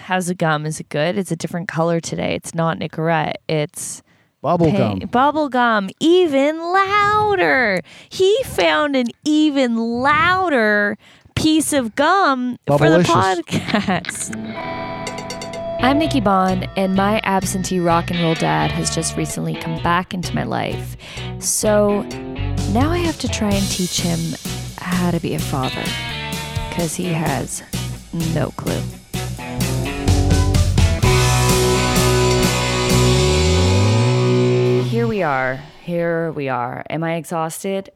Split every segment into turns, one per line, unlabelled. How's the gum? Is it good? It's a different color today. It's not Nicorette. It's
Bubble gum.
Hey, bubble gum, even louder. He found an even louder piece of gum for the
Bubblicious.
podcast. I'm Nikki Bond, and my absentee rock and roll dad has just recently come back into my life. So now I have to try and teach him how to be a father because he has no clue. Here we are. Here we are. Am I exhausted?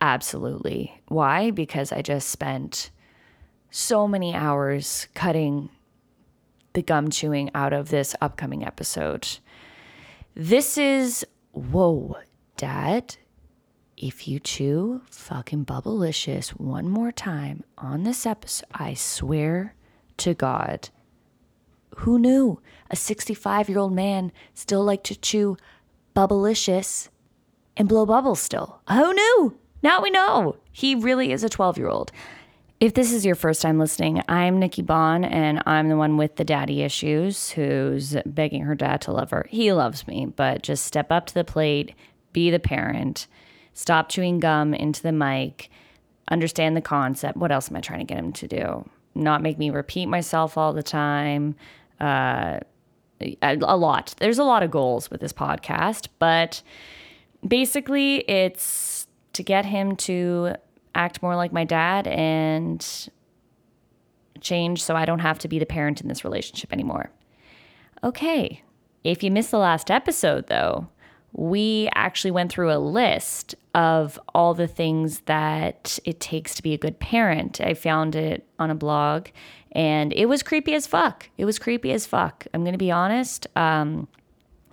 Absolutely. Why? Because I just spent so many hours cutting the gum chewing out of this upcoming episode. This is, whoa, dad. If you chew fucking bubblicious one more time on this episode, I swear to God, who knew a 65 year old man still liked to chew bubblicious and blow bubbles still? Who knew? Now we know. He really is a 12 year old. If this is your first time listening, I'm Nikki Bond, and I'm the one with the daddy issues who's begging her dad to love her. He loves me, but just step up to the plate, be the parent, stop chewing gum into the mic, understand the concept. What else am I trying to get him to do? Not make me repeat myself all the time. Uh, a lot. There's a lot of goals with this podcast, but basically it's to get him to act more like my dad and change so I don't have to be the parent in this relationship anymore. Okay. If you missed the last episode though, we actually went through a list of all the things that it takes to be a good parent. I found it on a blog and it was creepy as fuck. It was creepy as fuck. I'm going to be honest. Um,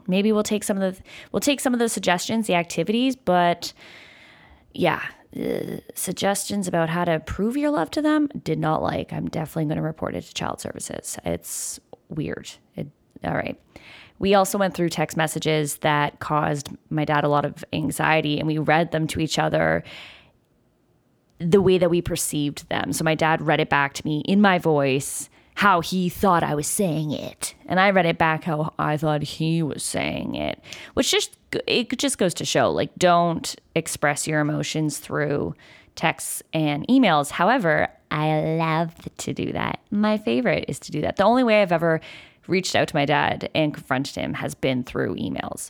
maybe we'll take some of the we'll take some of the suggestions the activities but yeah uh, suggestions about how to prove your love to them did not like i'm definitely going to report it to child services it's weird it, all right we also went through text messages that caused my dad a lot of anxiety and we read them to each other the way that we perceived them. So my dad read it back to me in my voice how he thought I was saying it, and I read it back how I thought he was saying it, which just it just goes to show like don't express your emotions through texts and emails. However, I love to do that. My favorite is to do that. The only way I've ever reached out to my dad and confronted him has been through emails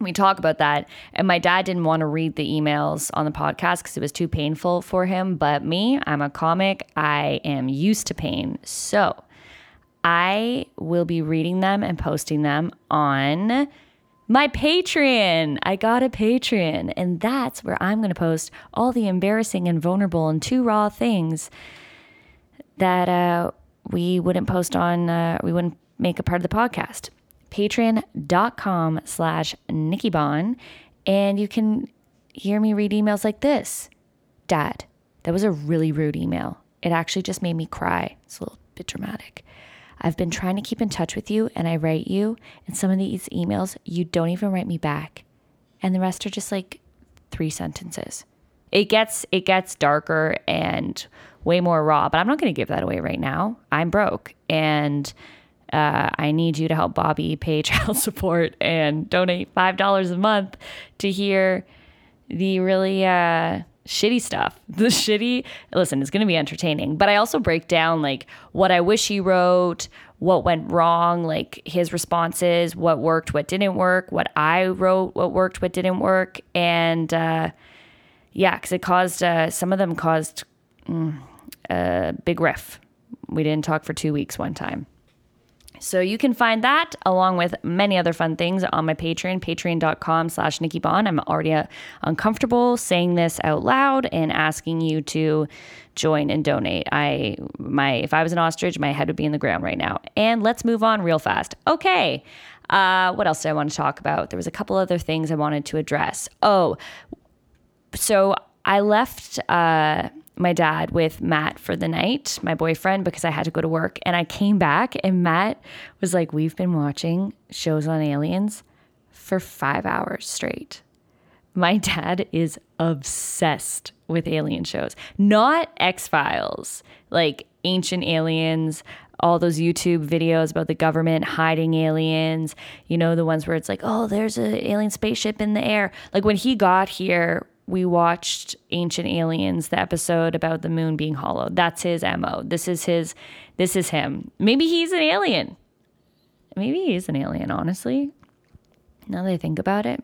we talk about that and my dad didn't want to read the emails on the podcast because it was too painful for him but me i'm a comic i am used to pain so i will be reading them and posting them on my patreon i got a patreon and that's where i'm going to post all the embarrassing and vulnerable and too raw things that uh, we wouldn't post on uh, we wouldn't make a part of the podcast patreon.com slash nikkibon and you can hear me read emails like this dad that was a really rude email it actually just made me cry it's a little bit dramatic i've been trying to keep in touch with you and i write you and some of these emails you don't even write me back and the rest are just like three sentences it gets it gets darker and way more raw but i'm not going to give that away right now i'm broke and uh, i need you to help bobby pay child support and donate five dollars a month to hear the really uh shitty stuff the shitty listen it's going to be entertaining but i also break down like what i wish he wrote what went wrong like his responses what worked what didn't work what i wrote what worked what didn't work and uh yeah, because it caused uh, some of them caused mm, a big riff. We didn't talk for two weeks one time. So you can find that along with many other fun things on my Patreon, patreon.com slash Nikki Bond. I'm already uh, uncomfortable saying this out loud and asking you to join and donate. I my if I was an ostrich, my head would be in the ground right now. And let's move on real fast. Okay. Uh, what else did I want to talk about? There was a couple other things I wanted to address. Oh, so I left uh, my dad with Matt for the night, my boyfriend, because I had to go to work. And I came back, and Matt was like, We've been watching shows on aliens for five hours straight. My dad is obsessed with alien shows, not X Files, like Ancient Aliens all those YouTube videos about the government hiding aliens, you know, the ones where it's like, oh, there's an alien spaceship in the air. Like when he got here, we watched Ancient Aliens, the episode about the moon being hollow. That's his MO. This is his, this is him. Maybe he's an alien. Maybe he is an alien, honestly. Now that I think about it,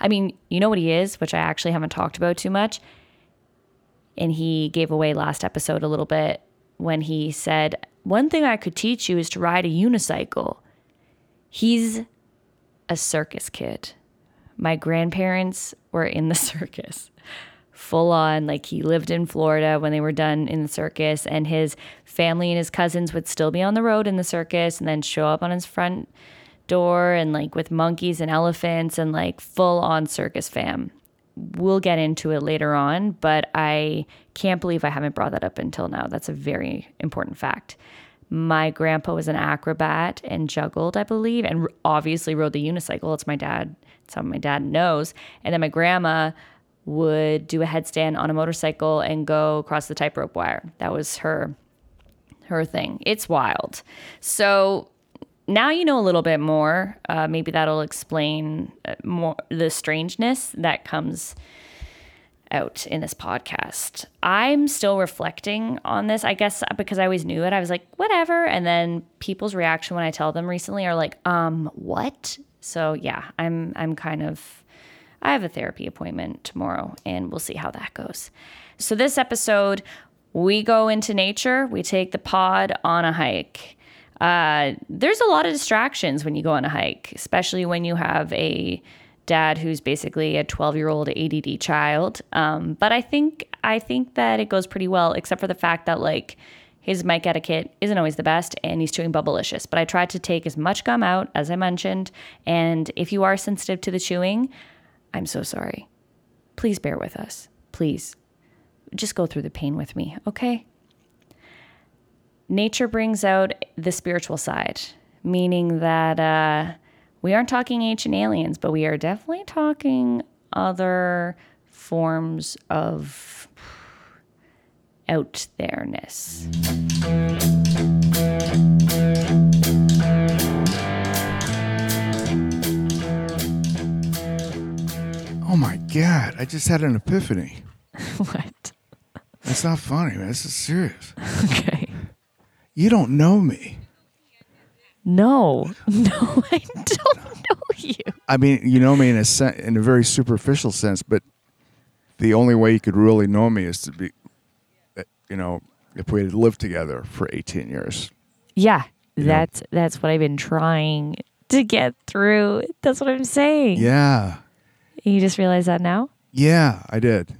I mean, you know what he is, which I actually haven't talked about too much. And he gave away last episode a little bit when he said, One thing I could teach you is to ride a unicycle. He's a circus kid. My grandparents were in the circus, full on. Like he lived in Florida when they were done in the circus, and his family and his cousins would still be on the road in the circus and then show up on his front door and like with monkeys and elephants and like full on circus fam. We'll get into it later on, but I can't believe I haven't brought that up until now. That's a very important fact. My grandpa was an acrobat and juggled, I believe, and r- obviously rode the unicycle. It's my dad, it's how my dad knows. And then my grandma would do a headstand on a motorcycle and go across the tightrope wire. That was her her thing. It's wild. So now you know a little bit more. Uh, maybe that'll explain uh, more the strangeness that comes out in this podcast. I'm still reflecting on this, I guess, because I always knew it. I was like, whatever. And then people's reaction when I tell them recently are like, um, what? So yeah, I'm I'm kind of I have a therapy appointment tomorrow, and we'll see how that goes. So this episode, we go into nature. We take the pod on a hike. Uh, there's a lot of distractions when you go on a hike, especially when you have a dad who's basically a 12 year old ADD child. Um, but I think I think that it goes pretty well, except for the fact that like his mic etiquette isn't always the best, and he's chewing bubblicious. But I tried to take as much gum out as I mentioned, and if you are sensitive to the chewing, I'm so sorry. Please bear with us. Please. Just go through the pain with me, okay? nature brings out the spiritual side, meaning that uh, we aren't talking ancient aliens, but we are definitely talking other forms of out there ness.
Oh my God. I just had an epiphany.
what?
That's not funny, man. This is serious.
Okay.
You don't know me.
No, no, I don't know you.
I mean, you know me in a sen- in a very superficial sense, but the only way you could really know me is to be, uh, you know, if we had lived together for 18 years.
Yeah,
know?
that's that's what I've been trying to get through. That's what I'm saying.
Yeah.
You just realize that now.
Yeah, I did.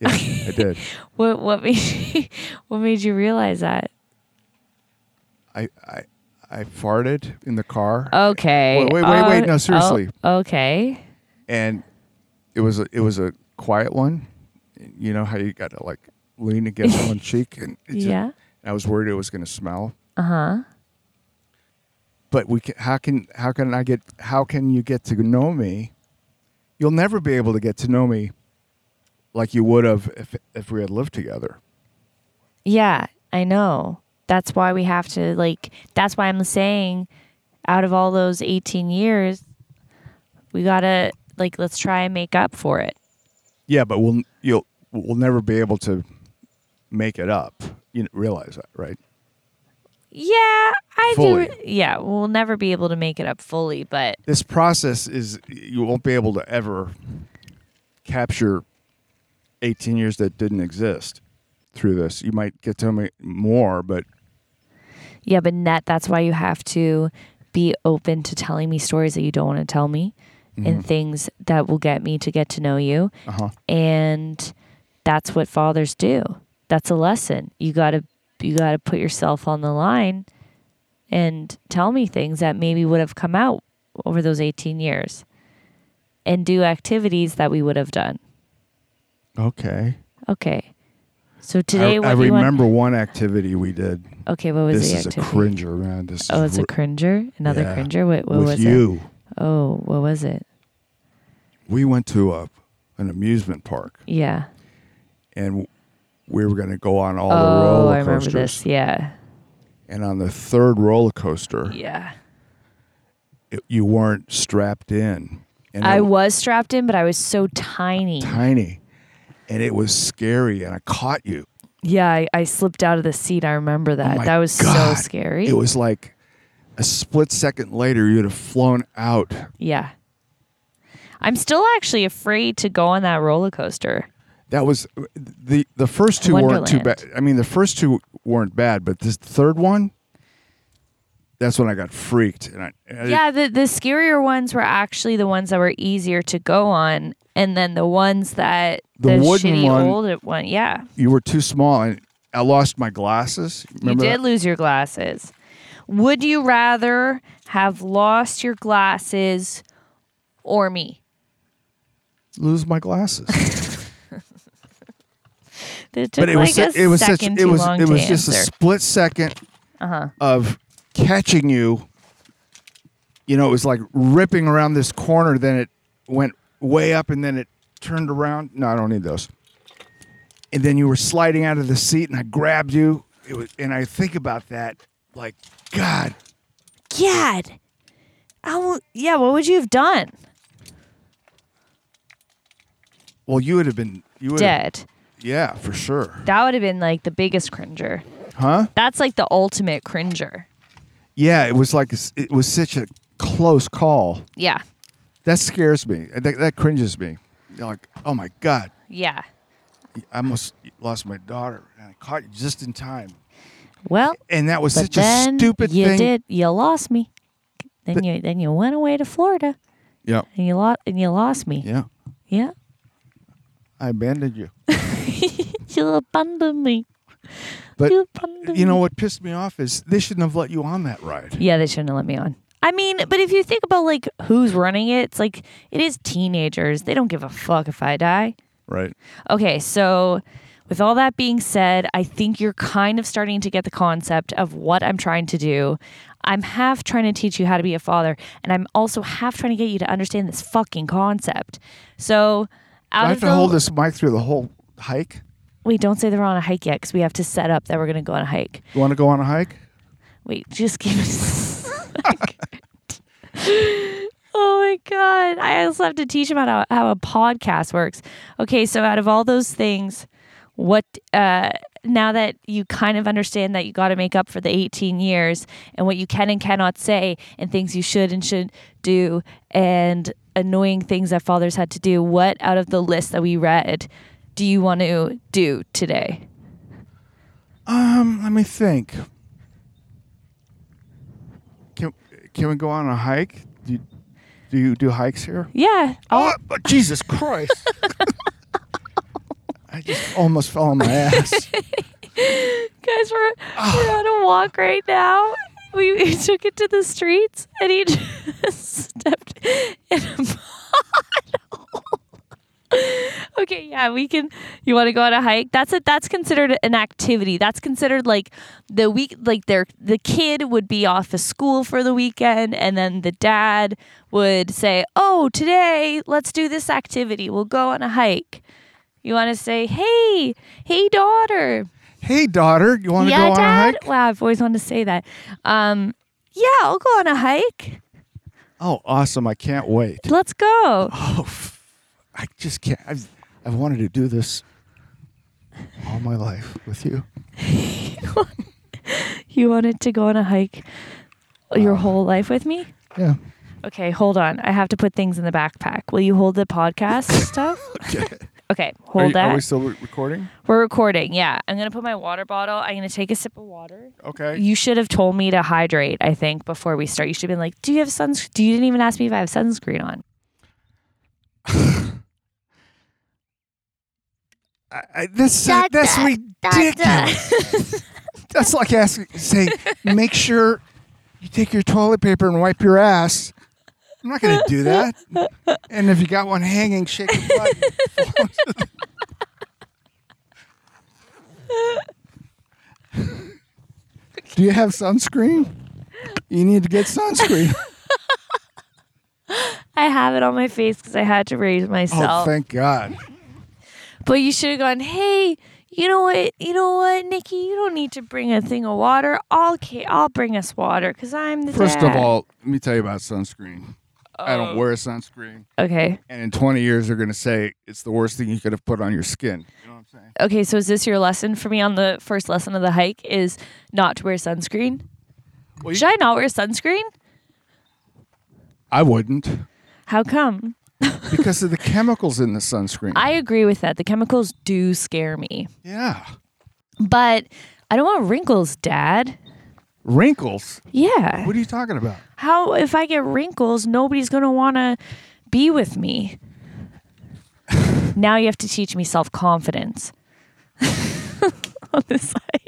Yeah, I did.
What what made what made you realize that?
I, I, I farted in the car.
Okay.
Wait, wait, wait, wait. No, seriously.
oh, okay.
and it was a, it was a quiet one. You know how you got to like lean against one cheek, and it just-
Yeah.
I was worried it was going to smell.
Uh huh.
But we can, how can how can I get how can you get to know me? You'll never be able to get to know me like you would have if if we had lived together.
Yeah, I know. That's why we have to like. That's why I'm saying, out of all those 18 years, we gotta like let's try and make up for it.
Yeah, but we'll you'll we'll never be able to make it up. You realize that, right?
Yeah, I
Fully.
do. Yeah, we'll never be able to make it up fully, but
this process is you won't be able to ever capture 18 years that didn't exist through this you might get to me more but
yeah, but net. That's why you have to be open to telling me stories that you don't want to tell me, and things that will get me to get to know you.
Mm-hmm. uh-huh
and that's what fathers do that's a lesson you got to you got to put yourself on the line and tell me things that maybe would have come out over those 18 years and do activities that we would have done
okay
okay so today
i,
what
I
do you want-
remember one activity we did
okay what was
this
the
is
activity
a cringer man this
oh
is
it's a
ri-
cringer another
Yeah.
cringer what, what
with
was it
you
oh what was it
we went to a an amusement park
yeah
and we were going to go on all
oh
the roller
i remember
coasters
this yeah
and on the third roller coaster,
Yeah.
it- you weren't strapped in. And
I
it
was strapped in, but I was so tiny.
tiny, and it was scary, and I caught you.
Yeah, I, I slipped out of the seat. I remember that.
Oh my
that was
God.
so scary.
It was like a split second later, you'd have flown out.
yeah. I'm still actually afraid to go on that roller coaster.
That was the the first two weren't too
Wonderland.
bad. I mean, the first two weren't bad, but this third one, that's when I got freaked, and I, and
Yeah, the, the scarier ones were actually the ones that were easier to go on. And then the ones that
The
the,
wooden
shitty
one-
old one. Yeah.
you were too small, and I lost my glasses. Remember
you
that?
did lose your glasses. Would you rather have lost your glasses or me?
lose my glasses.
It took
but it
like
was su-
a
it was such
second
it
too
was
long
it
to
was just a
answer. Uh-huh.
split 2nd of catching you. You know, it was like ripping around this corner, then it went way up, and then it turned around. No, I don't need those. And then you were sliding out of the seat, and I grabbed you. It was, and I think about that, like God,
God. I will, yeah, what would you have done?
well, you would have been you would have-
Dead.
yeah, for sure,
That would have been like the biggest cringer.
huh?
That's like the ultimate cringer.
Yeah, it was like s- it was such a close call.
Yeah.
That scares me. That, that cringes me. You're like, oh my God,
Yeah.
I almost lost my daughter and I caught you just in time.
Well,
And that was
but
such
then
a stupid
you
thing.
did. You lost me. Then you then you went away to Florida
Yeah.
and you lost and you lost me.
Yeah.
yeah.
I abandoned you.
You abandoned me.
But
you abandoned
you know
me.
what pissed me off is they shouldn't have let you on that ride.
Yeah, they shouldn't have let me on. I mean, but if you think about like who's running it, it's like it is teenagers. They don't give a fuck if I die.
Right.
Okay, so with all that being said, I think you're kind of starting to get the concept of what I'm trying to do. I'm half trying to teach you how to be a father, and I'm also half trying to get you to understand this fucking concept. So, out
I
of
have to
the-
hold this mic through the whole hike.
Wait, don't say that we're on a hike yet, because we have to set up that we're gonna go on a hike.
You want to go on a hike?
Wait, just give it. oh my god! I also have to teach him how to, how a podcast works. Okay, so out of all those things, what uh, now that you kind of understand that you got to make up for the eighteen years and what you can and cannot say and things you should and should do and annoying things that fathers had to do, what out of the list that we read do you want to do today?
Um, let me think. Can can we go on a hike? Do you, do you do hikes here?
Yeah,
Oh, but Jesus Christ. I just almost fell on my ass.
guys we're, we're on a walk right now we, we took it to the streets and he just stepped in a puddle. okay yeah we can you want to go on a hike that's a that's considered an activity that's considered like the week like their the kid would be off of school for the weekend and then the dad would say oh today let's do this activity we'll go on a hike you want to say hey hey daughter
hey, daughter, you want to
yeah,
go on
Dad.
a hike?
Wow, I've always wanted to say that. Um, yeah, I'll go on a hike.
Oh, awesome. I can't wait.
Let's go.
Oh, f- I just can't. I've, I've wanted to do this all my life with you.
You wanted to go on a hike your
Oh.
whole life with me?
Yeah.
Okay, hold on. I have to put things in the backpack. Will you hold the podcast stuff?
Okay.
Okay, hold
are, you-
that.
are we still re- recording?
We're recording. Yeah, I'm gonna put my water bottle. I'm gonna take a sip of water.
Okay.
You should have told me to hydrate. I think before we start, you should have been like, "Do you have sunscreen?" Do you didn't even ask me if I have sunscreen on?
I, I, that's that's ridiculous. that's like asking, saying, make sure you take your toilet paper and wipe your ass. I'm not going to do that. And if you got one hanging, shake your butt. do you have sunscreen? You need to get sunscreen.
I have it on my face because I had to raise myself.
Oh, thank God.
But you should have gone, hey, you know what, you know what, Nikki, you don't need to bring a thing of water. I'll ca- I'll bring us water because I'm the
First of
dad."
all, let me tell you about sunscreen. I don't wear sunscreen.
okay,
And in 20 years, they're going to say it's the worst thing you could have put on your skin. You know what I'm saying?
okay. So is this your lesson for me on the first lesson of the hike? Is not to wear sunscreen.
Well, you-
Should I not wear sunscreen?
I wouldn't
How come?
because of the chemicals in the sunscreen.
I agree with that. The chemicals do scare me,
yeah.
but I don't want wrinkles, Dad.
Wrinkles.
Yeah.
What are you talking about?
How if I get wrinkles, nobody's gonna wanna be with me. now you have to teach me self confidence. On this hike.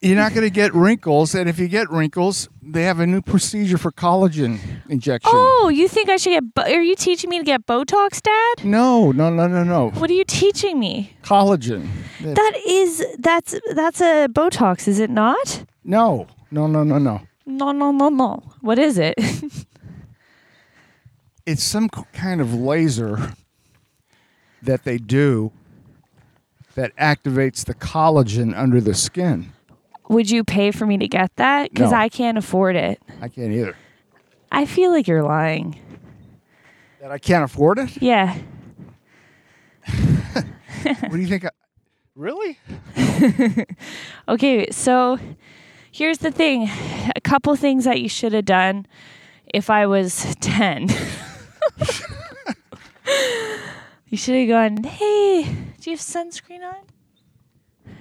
You're not going to get wrinkles. And if you get wrinkles, they have a new procedure for collagen injection.
Oh, you think I should get? Bo- are you teaching me to get Botox, Dad?
No, no, no, no, no.
What are you teaching me?
Collagen.
That is that's that's a Botox, is it not?
No, no, no, no, no.
No, no, no, no. What is it?
it's some k- kind of laser that they do that activates the collagen under the skin.
Would you pay for me to get that? Because
No.
I can't afford it.
I can't either.
I feel like you're lying.
That I can't afford it?
Yeah.
What do you think? I, really?
Okay, so here's the thing a couple things that you should have done if I was 10. you should have gone, hey, do you have sunscreen on?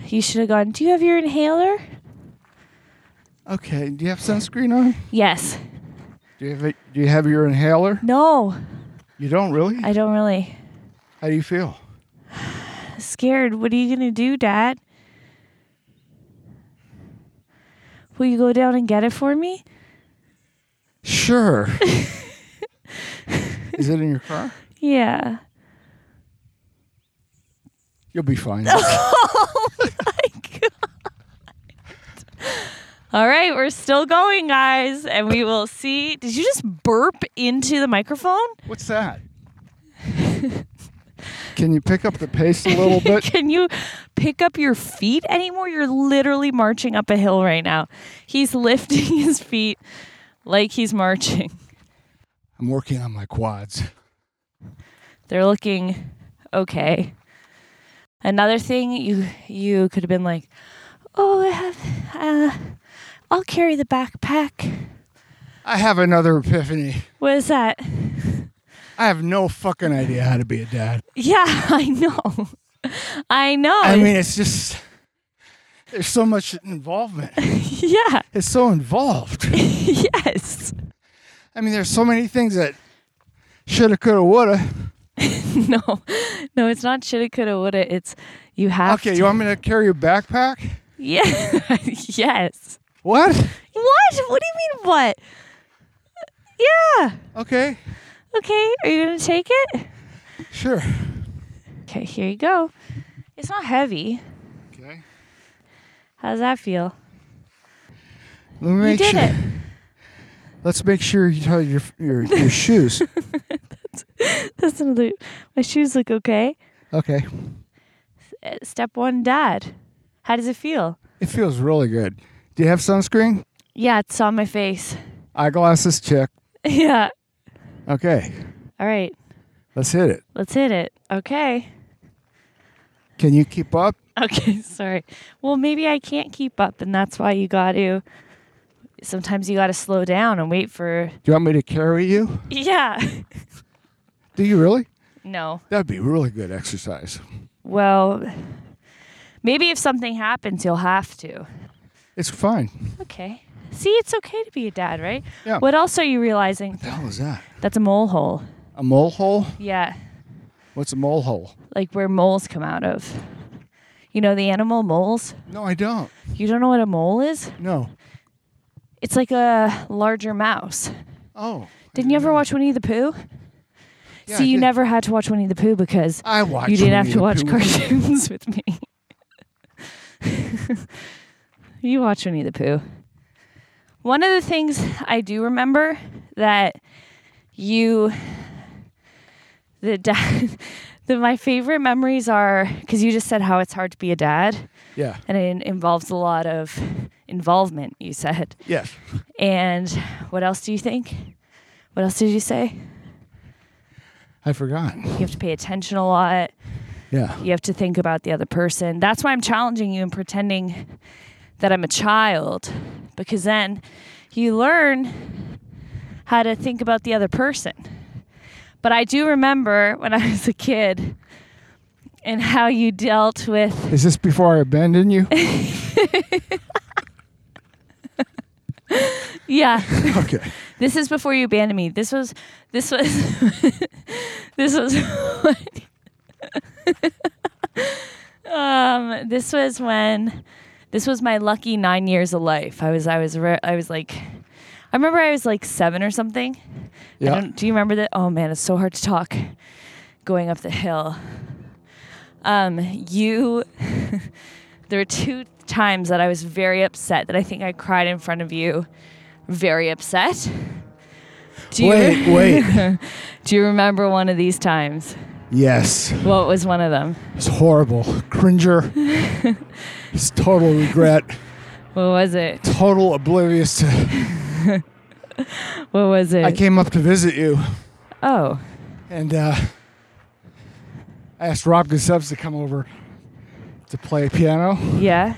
You should have gone, do you have your inhaler?
Okay. Do you have sunscreen on?
Yes.
Do you have it, Do you have your inhaler?
No,
You don't really?
I don't really.
How do you feel?
Scared. What are you going to do, Dad? Will you go down and get it for me?
Sure. Is it in your car?
Yeah.
You'll be fine.
All right, we're still going, guys, and we will see. Did you just burp into the microphone?
What's that? Can you pick up the pace a little bit?
Can you pick up your feet anymore? You're literally marching up a hill right now. He's lifting his feet like he's marching.
I'm working on my quads.
They're looking okay. Another thing you you could have been like, "Oh, I have uh, I'll carry the backpack."
I have another epiphany.
What is that?
I have no fucking idea how to be a dad.
Yeah, I know. I know.
I mean, it's just there's so much involvement.
yeah.
It's so involved.
yes.
I mean, there's so many things that shoulda, coulda, woulda.
No, no, it's not shoulda, coulda, woulda. It's you have
Okay,
to.
you want me to carry your backpack?
yeah. yes.
What?
What? What do you mean, what? Yeah.
Okay,
Okay. Are you going to take it?
sure.
Okay, here you go. It's not heavy.
Okay,
How does that feel?
let me make
you did
sure.
it.
Let's make sure you tie your your, your shoes.
That's another. My shoes look okay.
Okay,
Uh, Step one, dad. How does it feel?
it feels really good. Do you have sunscreen?
Yeah, it's on my face.
Eyeglasses check.
yeah.
Okay,
All right.
let's hit it.
Let's hit it. Okay.
Can you keep up?
Okay, sorry. Well, maybe I can't keep up, and that's why you got to. Sometimes you got to slow down and wait for.
Do you want me to carry you?
Yeah.
Do you really?
no.
That'd be really good exercise.
Well, maybe if something happens, you'll have to.
It's fine.
Okay. See, it's okay to be a dad, right?
Yeah.
What else are you realizing?
the hell is that?
That's a mole hole.
A mole hole?
Yeah.
What's a mole hole?
Like where moles come out of. You know, the animal moles?
No, I don't.
You don't know what a mole is?
No.
It's like a larger mouse.
Oh.
Didn't you ever watch Winnie the Pooh?
Yeah,
See,
I
you
did.
never had to watch Winnie the Pooh because
I watched.
you didn't have
Winnie
to
the
watch
Pooh.
cartoons with me. you watch Winnie the Pooh. One of the things I do remember that you, the dad, The, my favorite memories are because you just said how it's hard to be a dad,
Yeah.
and it involves a lot of involvement. You said,
Yes.
and what else do you think? What else did you say?
I forgot.
You have to pay attention a lot.
Yeah.
You have to think about the other person. That's why I'm challenging you and pretending that I'm a child, because then you learn how to think about the other person. But I do remember when I was a kid and how you dealt with
Is this before I abandon you?
yeah
okay.
this is before you abandoned me this was this was this was when- um this was when this was my lucky nine years of life i was i was re- i was like i remember i was like seven or something I
Yeah.
don't, do you remember that? Oh man, it's so hard to talk going up the hill. Um, you, there were two times that I was very upset that I think I cried in front of you. Very upset. Do you,
Wait, wait.
do you remember one of these times?
Yes.
What was one of them?
It's horrible. Cringer. it's total regret.
What was it?
Total oblivious to.
What was it?
I came up to visit you
Oh,
and uh, I asked Rob Gusevs to come over to play piano
yeah.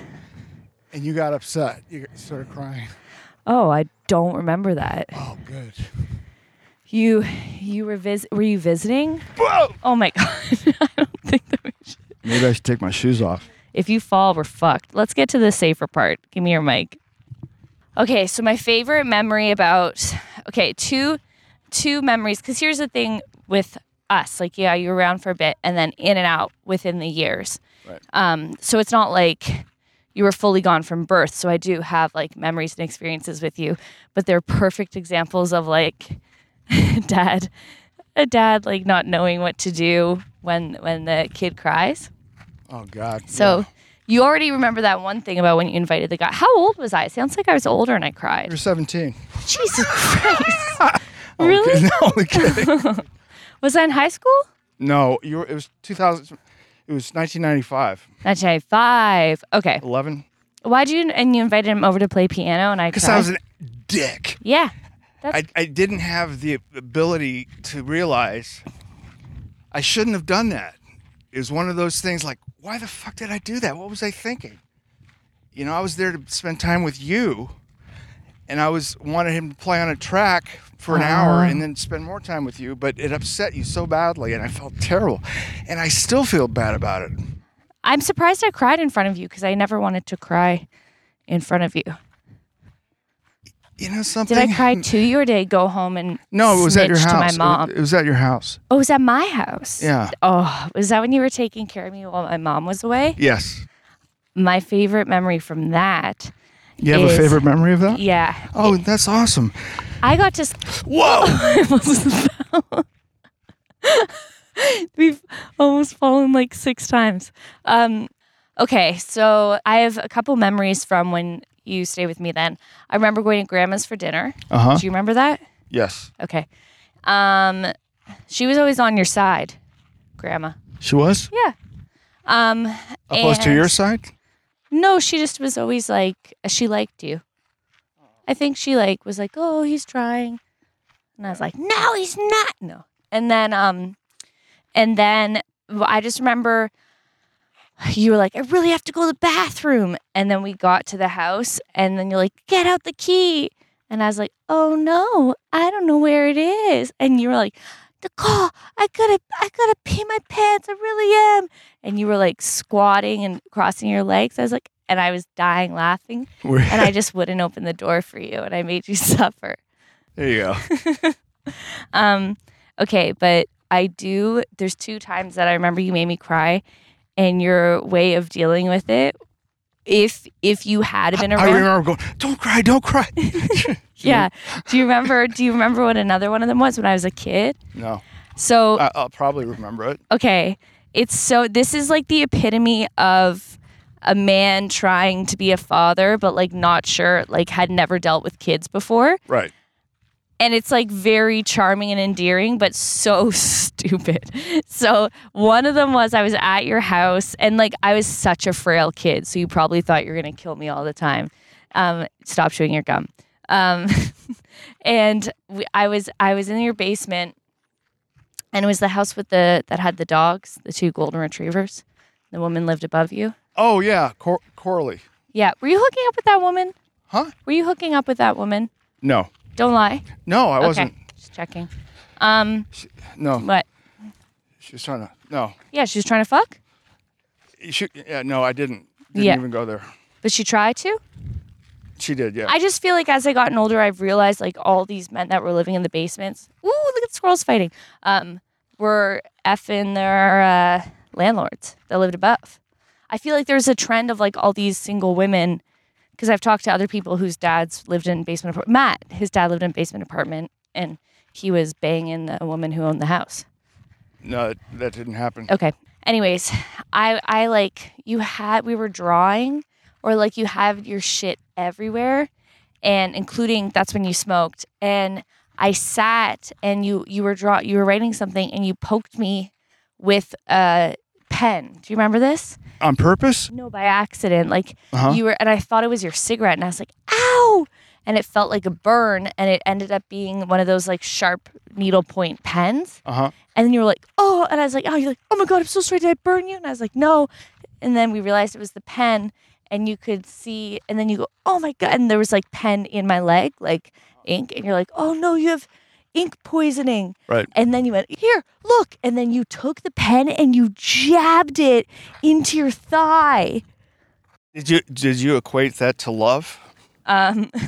and you got upset. You started crying.
Oh, I don't remember that.
Oh, good.
You, you were vis- Were you visiting?
Whoa!
Oh my god! I don't think that we should.
Maybe I should take my shoes off.
If you fall, we're fucked. Let's get to the safer part. Give me your mic. Okay, so my favorite memory about okay, two two memories cuz here's the thing with us. Like yeah, you're around for a bit and then in and out within the years.
Right.
Um so it's not like you were fully gone from birth. So I do have like memories and experiences with you, but they're perfect examples of like dad a dad like not knowing what to do when when the kid cries.
Oh, God.
So
Yeah.
you already remember that one thing about when you invited the guy. How old was I? It sounds like I was older and I cried.
You're 17.
Jesus
Oh,
Christ. really?
Only kidding.
Was I in high school?
No, you were, it was 2000. It was 1995.
1995. Okay.
11.
Why'd you, and you invited him over to play piano and I
Because
cried?
I was a dick.
yeah.
I, I didn't have the ability to realize I shouldn't have done that. It was one of those things like, why the fuck did I do that? What was I thinking? You know, I was there to spend time with you, and I was wanted him to play on a track for an hour Uh-huh. and then spend more time with you, but it upset you so badly, and I felt terrible, and I still feel bad about it.
I'm surprised I cried in front of you because I never wanted to cry in front of you.
You know something?
Did I cry to you or did I go home and
No, it was at your
snitch
house.
to
It
my
wa-
mom?
It was at your house.
Oh, it was at my house.
Yeah.
Oh, was that when you were taking care of me while my mom was away?
Yes.
My favorite memory from that
You have
Is-
a favorite memory of that?
Yeah.
Oh, that's awesome.
I got to. s-
Whoa!
almost fell. We've almost fallen like six times. Um, okay, so I have a couple memories from when you stay with me then. I remember going to grandma's for dinner.
Uh-huh.
Do you remember that?
yes.
Okay. Um, she was always on your side, grandma.
She was?
Yeah. Um,
Opposed to
and-
your side?
No, she just was always like she liked you. I think she like was like, "Oh, he's trying." And I was like, "No, he's not." No. And then um and then w- I just remember you were like, "I really have to go to the bathroom." And then we got to the house and then you're like, "Get out the key." And I was like, "Oh no, I don't know where it is." And you were like, "Nicole, I gotta, I gotta pee my pants. I really am." And you were like squatting and crossing your legs. I was like, and I was dying laughing, and I just wouldn't open the door for you, and I made you suffer.
there you go.
Um, okay, but I do. There's two times that I remember you made me cry, and your way of dealing with it. If if you had been around,
I remember going, don't cry, don't cry.
yeah. Do you remember? Do you remember what another one of them was when I was a kid?
no,
So
I, I'll probably remember it.
okay it's so this is like the epitome of a man trying to be a father but like not sure like had never dealt with kids before
Right.
and it's like very charming and endearing, but so stupid. So one of them was I was at your house, and like I was such a frail kid, so you probably thought you were gonna kill me all the time. Um, stop chewing your gum. Um, and we, I was I was in your basement, and it was the house with the that had the dogs, the two golden retrievers. The woman lived above you.
Oh yeah, Cor- Coralie.
Yeah, were you hooking up with that woman?
Huh?
Were you hooking up with that woman?
No,
Don't lie.
no, I wasn't.
Okay, just checking. Um,
No,
what?
she's trying to. No,
Yeah, she was trying to fuck,
she. Yeah, no, I didn't. Didn't
Yeah.
even go there.
but she tried to.
She did. Yeah.
I just feel like as I gotten older, I've realized like all these men that were living in the basements. Ooh, look at squirrels fighting. Um, were effing their uh, landlords that lived above. I feel like there's a trend of like all these single women, because I've talked to other people whose dads lived in basement apart. Matt, his dad lived in basement apartment, and he was banging the woman who owned the house.
no, that didn't happen.
Okay. Anyways, I I like you had we were drawing or like you have your shit everywhere and including that's when you smoked and I sat and you you were draw you were writing something and you poked me with a pen. Do you remember this?
On purpose?
No, by accident. Like
Uh-huh.
you were and I thought it was your cigarette and I was like, "Ow!" And it felt like a burn and it ended up being one of those like sharp needle point pens.
Uh huh.
And then you were like, oh, and I was like, oh, you're like, oh my God, I'm so sorry. Did I burn you? And I was like, no. And then we realized it was the pen, and you could see, and then you go, oh my God. And there was like pen in my leg, like ink. And you're like, oh no, you have ink poisoning.
Right.
And then you went, here, look. And then you took the pen and you jabbed it into your thigh.
Did you did you equate that to love?
Um,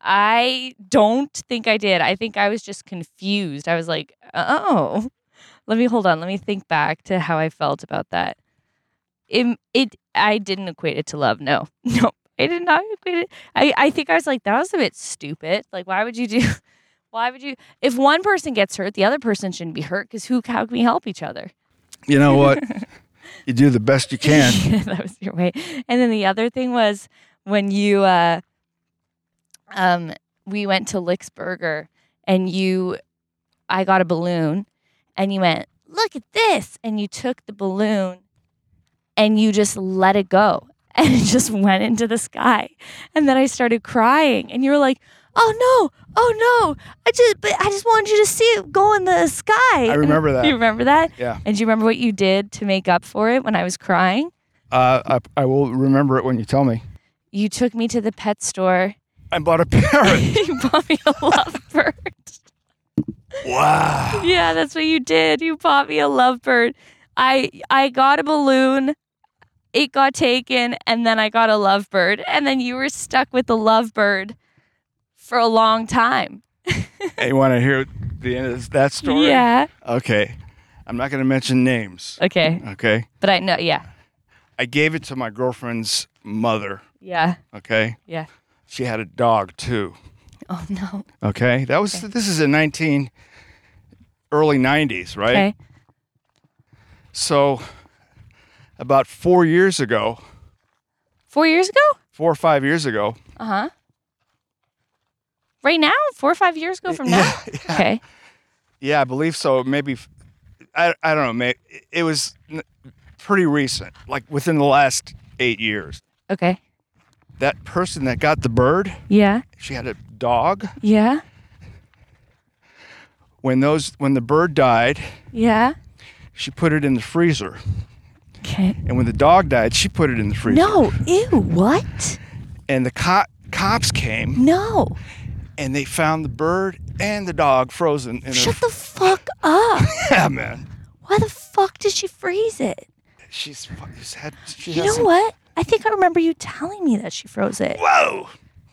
I don't think I did. I think I was just confused. I was like, oh, let me hold on. Let me think back to how I felt about that. It, it I didn't equate it to love. No, no, I did not equate it. I, I think I was like, that was a bit stupid. Like, why would you do? Why would you? If one person gets hurt, the other person shouldn't be hurt because who? How can we help each other?
You know what? you do the best you can.
Yeah, that was your way. And then the other thing was when you, uh, um, we went to Licksburger and you, I got a balloon and you went, look at this. And you took the balloon and you just let it go and it just went into the sky. And then I started crying and you were like, oh no, oh no. I just, but I just wanted you to see it go in the sky.
I remember
You
that.
remember that?
Yeah.
And do you remember what you did to make up for it when I was crying?
Uh, I, I will remember it when you tell me.
You took me to the pet store.
I bought a parrot.
you bought me a lovebird.
wow.
yeah, that's what you did. You bought me a lovebird. I I got a balloon. It got taken, and then I got a lovebird, and then you were stuck with the lovebird for a long time.
Hey, you want to hear the end of that story?
Yeah.
Okay. I'm not going to mention names.
Okay.
Okay.
But I know. Yeah.
I gave it to my girlfriend's mother.
Yeah.
Okay.
Yeah.
She had a dog too.
Oh no.
Okay. That was this is in 19 early 90s, right?
Okay.
So about 4 years ago,
Four years ago?
4 or 5 years ago,
Uh huh. Right now, four or five years ago from now. Okay.
Yeah, I believe so. Maybe f- I, I don't know. Maybe it was n- pretty recent, like within the last eight years.
Okay.
That person that got the bird,
Yeah.
she had a dog.
Yeah.
When those when the bird died,
Yeah.
she put it in the freezer,
Okay.
and when the dog died, she put it in the freezer.
No. Ew. What?
And the co- cops came
No.
and they found the bird and the dog frozen. In a-
Shut the fuck up.
yeah, man.
Why the fuck did she freeze it?
She's, fu- she's had. She
You
has
know
some-
what? I think I remember you telling me that she froze it.
Whoa.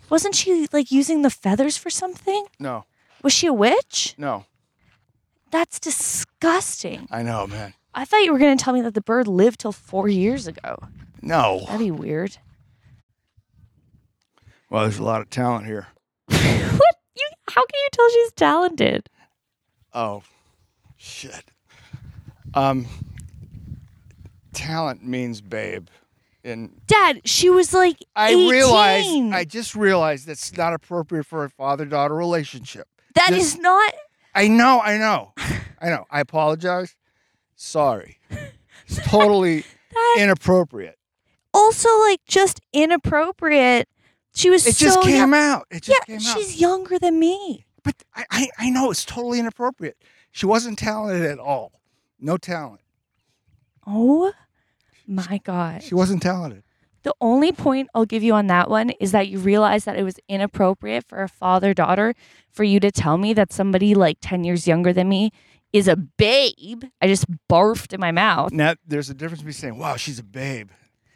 Wasn't she like using the feathers for something?
No,
Was she a witch?
no.
That's disgusting.
I know, man.
I thought you were going to tell me that the bird lived till four years ago.
No.
That'd be weird.
Well, there's a lot of talent here.
what? You, how can you tell she's talented?
Oh, shit. Um, talent means babe. And
Dad, she was like
I
18.
realized, I just realized that's not appropriate for a father daughter relationship.
That
this-
is not
I know, I know, I know. I apologize. Sorry. It's totally inappropriate.
also like just inappropriate. She was
It
so
just
young.
came out. It just
yeah,
came out.
she's younger than me.
But I, I, I know it's totally inappropriate. She wasn't talented at all. No talent.
Oh my god.
She wasn't talented.
The only point I'll give you on that one is that you realize that it was inappropriate for a father daughter for you to tell me that somebody like 10 years younger than me is a babe. I just barfed in my mouth.
Now there's a difference between saying, "Wow, she's a babe,"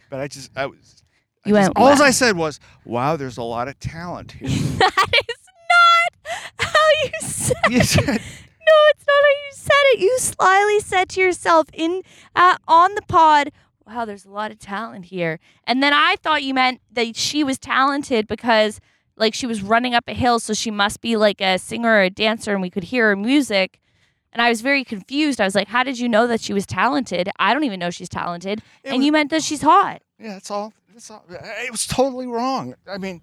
but I just I was. I
You
just,
went,
all
"Wow."
I said was, "Wow, there's a lot of talent here."
that is not how you said
You said-
No, it's not how you said it. You slyly said to yourself in uh, on the pod, "Wow, there's a lot of talent here." And then I thought you meant that she was talented because like she was running up a hill, so she must be like a singer or a dancer, and we could hear her music. And I was very confused. I was like, "How did you know that she was talented? I don't even know she's talented."
It
and
was-
you meant that she's hot.
yeah, that's all. That's all. It was totally wrong. I mean,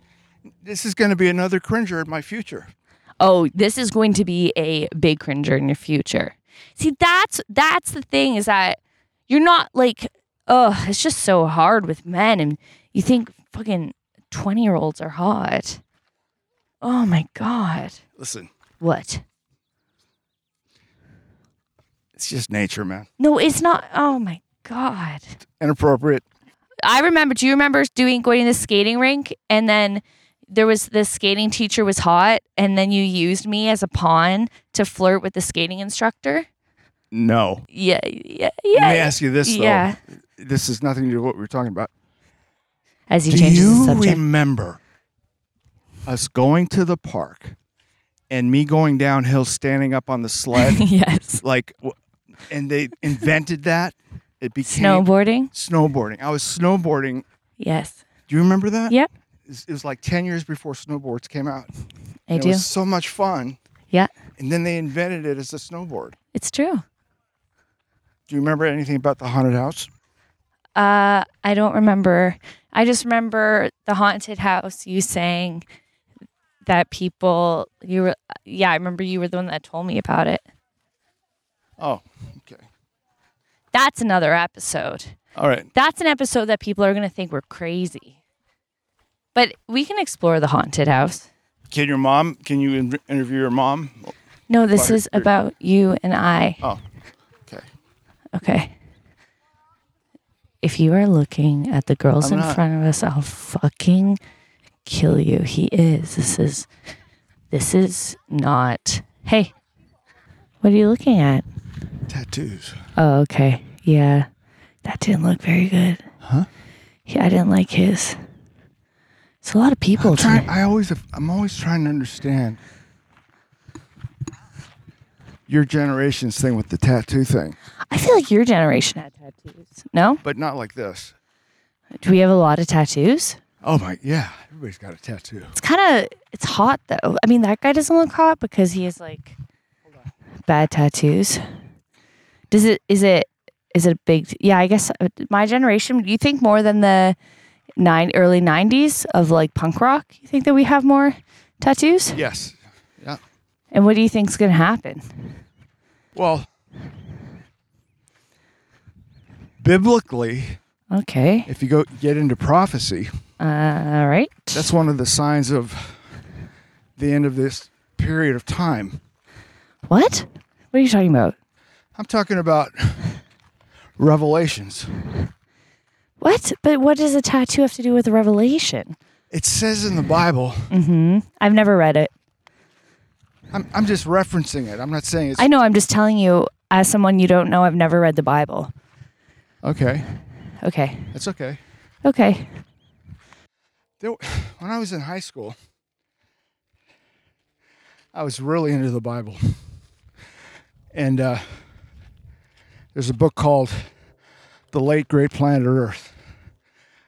this is going to be another cringer in my future.
oh, this is going to be a big cringer in your future. See, that's that's the thing is that you're not like, oh, it's just so hard with men, and you think fucking twenty year olds are hot. Oh my god,
Listen,
what?
it's just nature, man.
No, it's not. Oh my god.
Inappropriate.
I remember. Do you remember doing going to the skating rink and then there was the skating teacher was hot, and then you used me as a pawn to flirt with the skating instructor.
No.
Yeah, yeah,
Let
yeah.
me ask you this though.
Yeah.
This is nothing to do with what we were talking about.
as he
Do
changes the
you
subject.
remember us going to the park and me going downhill standing up on the sled?
yes.
like, w- and they invented that. It became
Snowboarding?
snowboarding. I was snowboarding.
Yes.
Do you remember that?
Yep,
It's- It was like 10 years before snowboards came out.
I
And
do.
It was so much fun.
yeah,
And then they invented it as a snowboard.
it's true.
Do you remember anything about the haunted house?
Uh, I don't remember. I just remember the haunted house. You saying that people. You were. Yeah, I remember you were the one that told me about it.
Oh, okay.
That's another episode.
All right.
That's an episode that people are gonna think we're crazy. But we can explore the haunted house.
Can your mom, can you in- interview your mom?
No, this
Butter-
is about you and I.
Oh, okay.
Okay. If you are looking at the girls
I'm
in
not.
front of us, I'll fucking kill you. He is. This is this is not. Hey. What are you looking at?
Tattoos.
Oh, okay. Yeah. That didn't look very good.
Huh?
Yeah, I didn't like his. It's a lot of people.
I'm trying-
today.
I always, I'm always trying to understand your generation's thing with the tattoo thing,
I feel like your generation had tattoos. No?
but not like this.
Do we have a lot of tattoos?
Oh my, yeah, everybody's got a tattoo.
It's kind of it's hot though. I mean, that guy doesn't look hot because he has like bad tattoos. Does it is it is it a big Yeah, I guess uh, my generation, you think more than the nine early 90s of like punk rock? You think that we have more tattoos?
Yes. Yeah.
And what do you think's going to happen?
Well, biblically,
Okay.
if you go get into prophecy,
Uh, all right.
that's one of the signs of the end of this period of time.
What? What are you talking about?
I'm talking about revelations.
What? But what does a tattoo have to do with revelation?
It says in the Bible,
I've never read it.
I'm, I'm just referencing it. I'm not saying it's
I know. I'm just telling you, as someone you don't know, I've never read the Bible.
okay.
Okay.
That's okay.
Okay.
There, when I was in high school, I was really into the Bible. And uh, there's a book called The Late Great Planet Earth.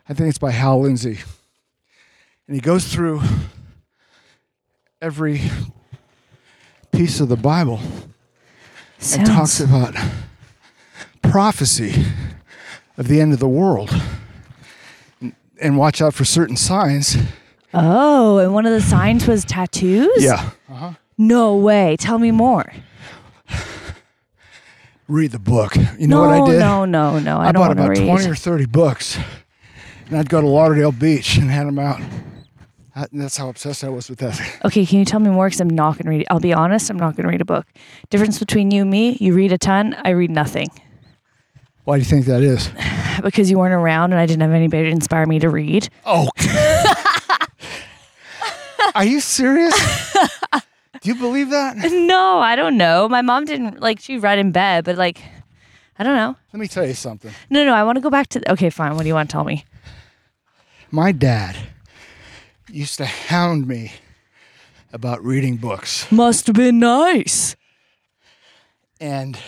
I think it's by Hal Lindsey. And he goes through every piece of the Bible and
Sounds,
talks about prophecy of the end of the world and watch out for certain signs.
Oh, and one of the signs was tattoos?
Yeah.
No way. Tell me more.
Read the book. You know what I did?
No, no, no. I,
I
don't
bought
want to
about
read.
20 or 30 books, and I'd go to Lauderdale Beach and hand them out. I- that's how obsessed I was with that.
Okay, can you tell me more? Because I'm not going to read. I'll be honest, I'm not going to read a book. Difference between you and me, you read a ton, I read nothing.
Why do you think that is?
Because you weren't around and I didn't have anybody to inspire me to read.
Oh. Are you serious? Do you believe that? Let
No, I don't know. My mom didn't, like, she read in bed, but, like, I don't know.
me tell you something.
No, no, I want to go back to. Okay, fine. What do you want to tell me?
My dad used to hound me about reading books.
Must have been nice.
and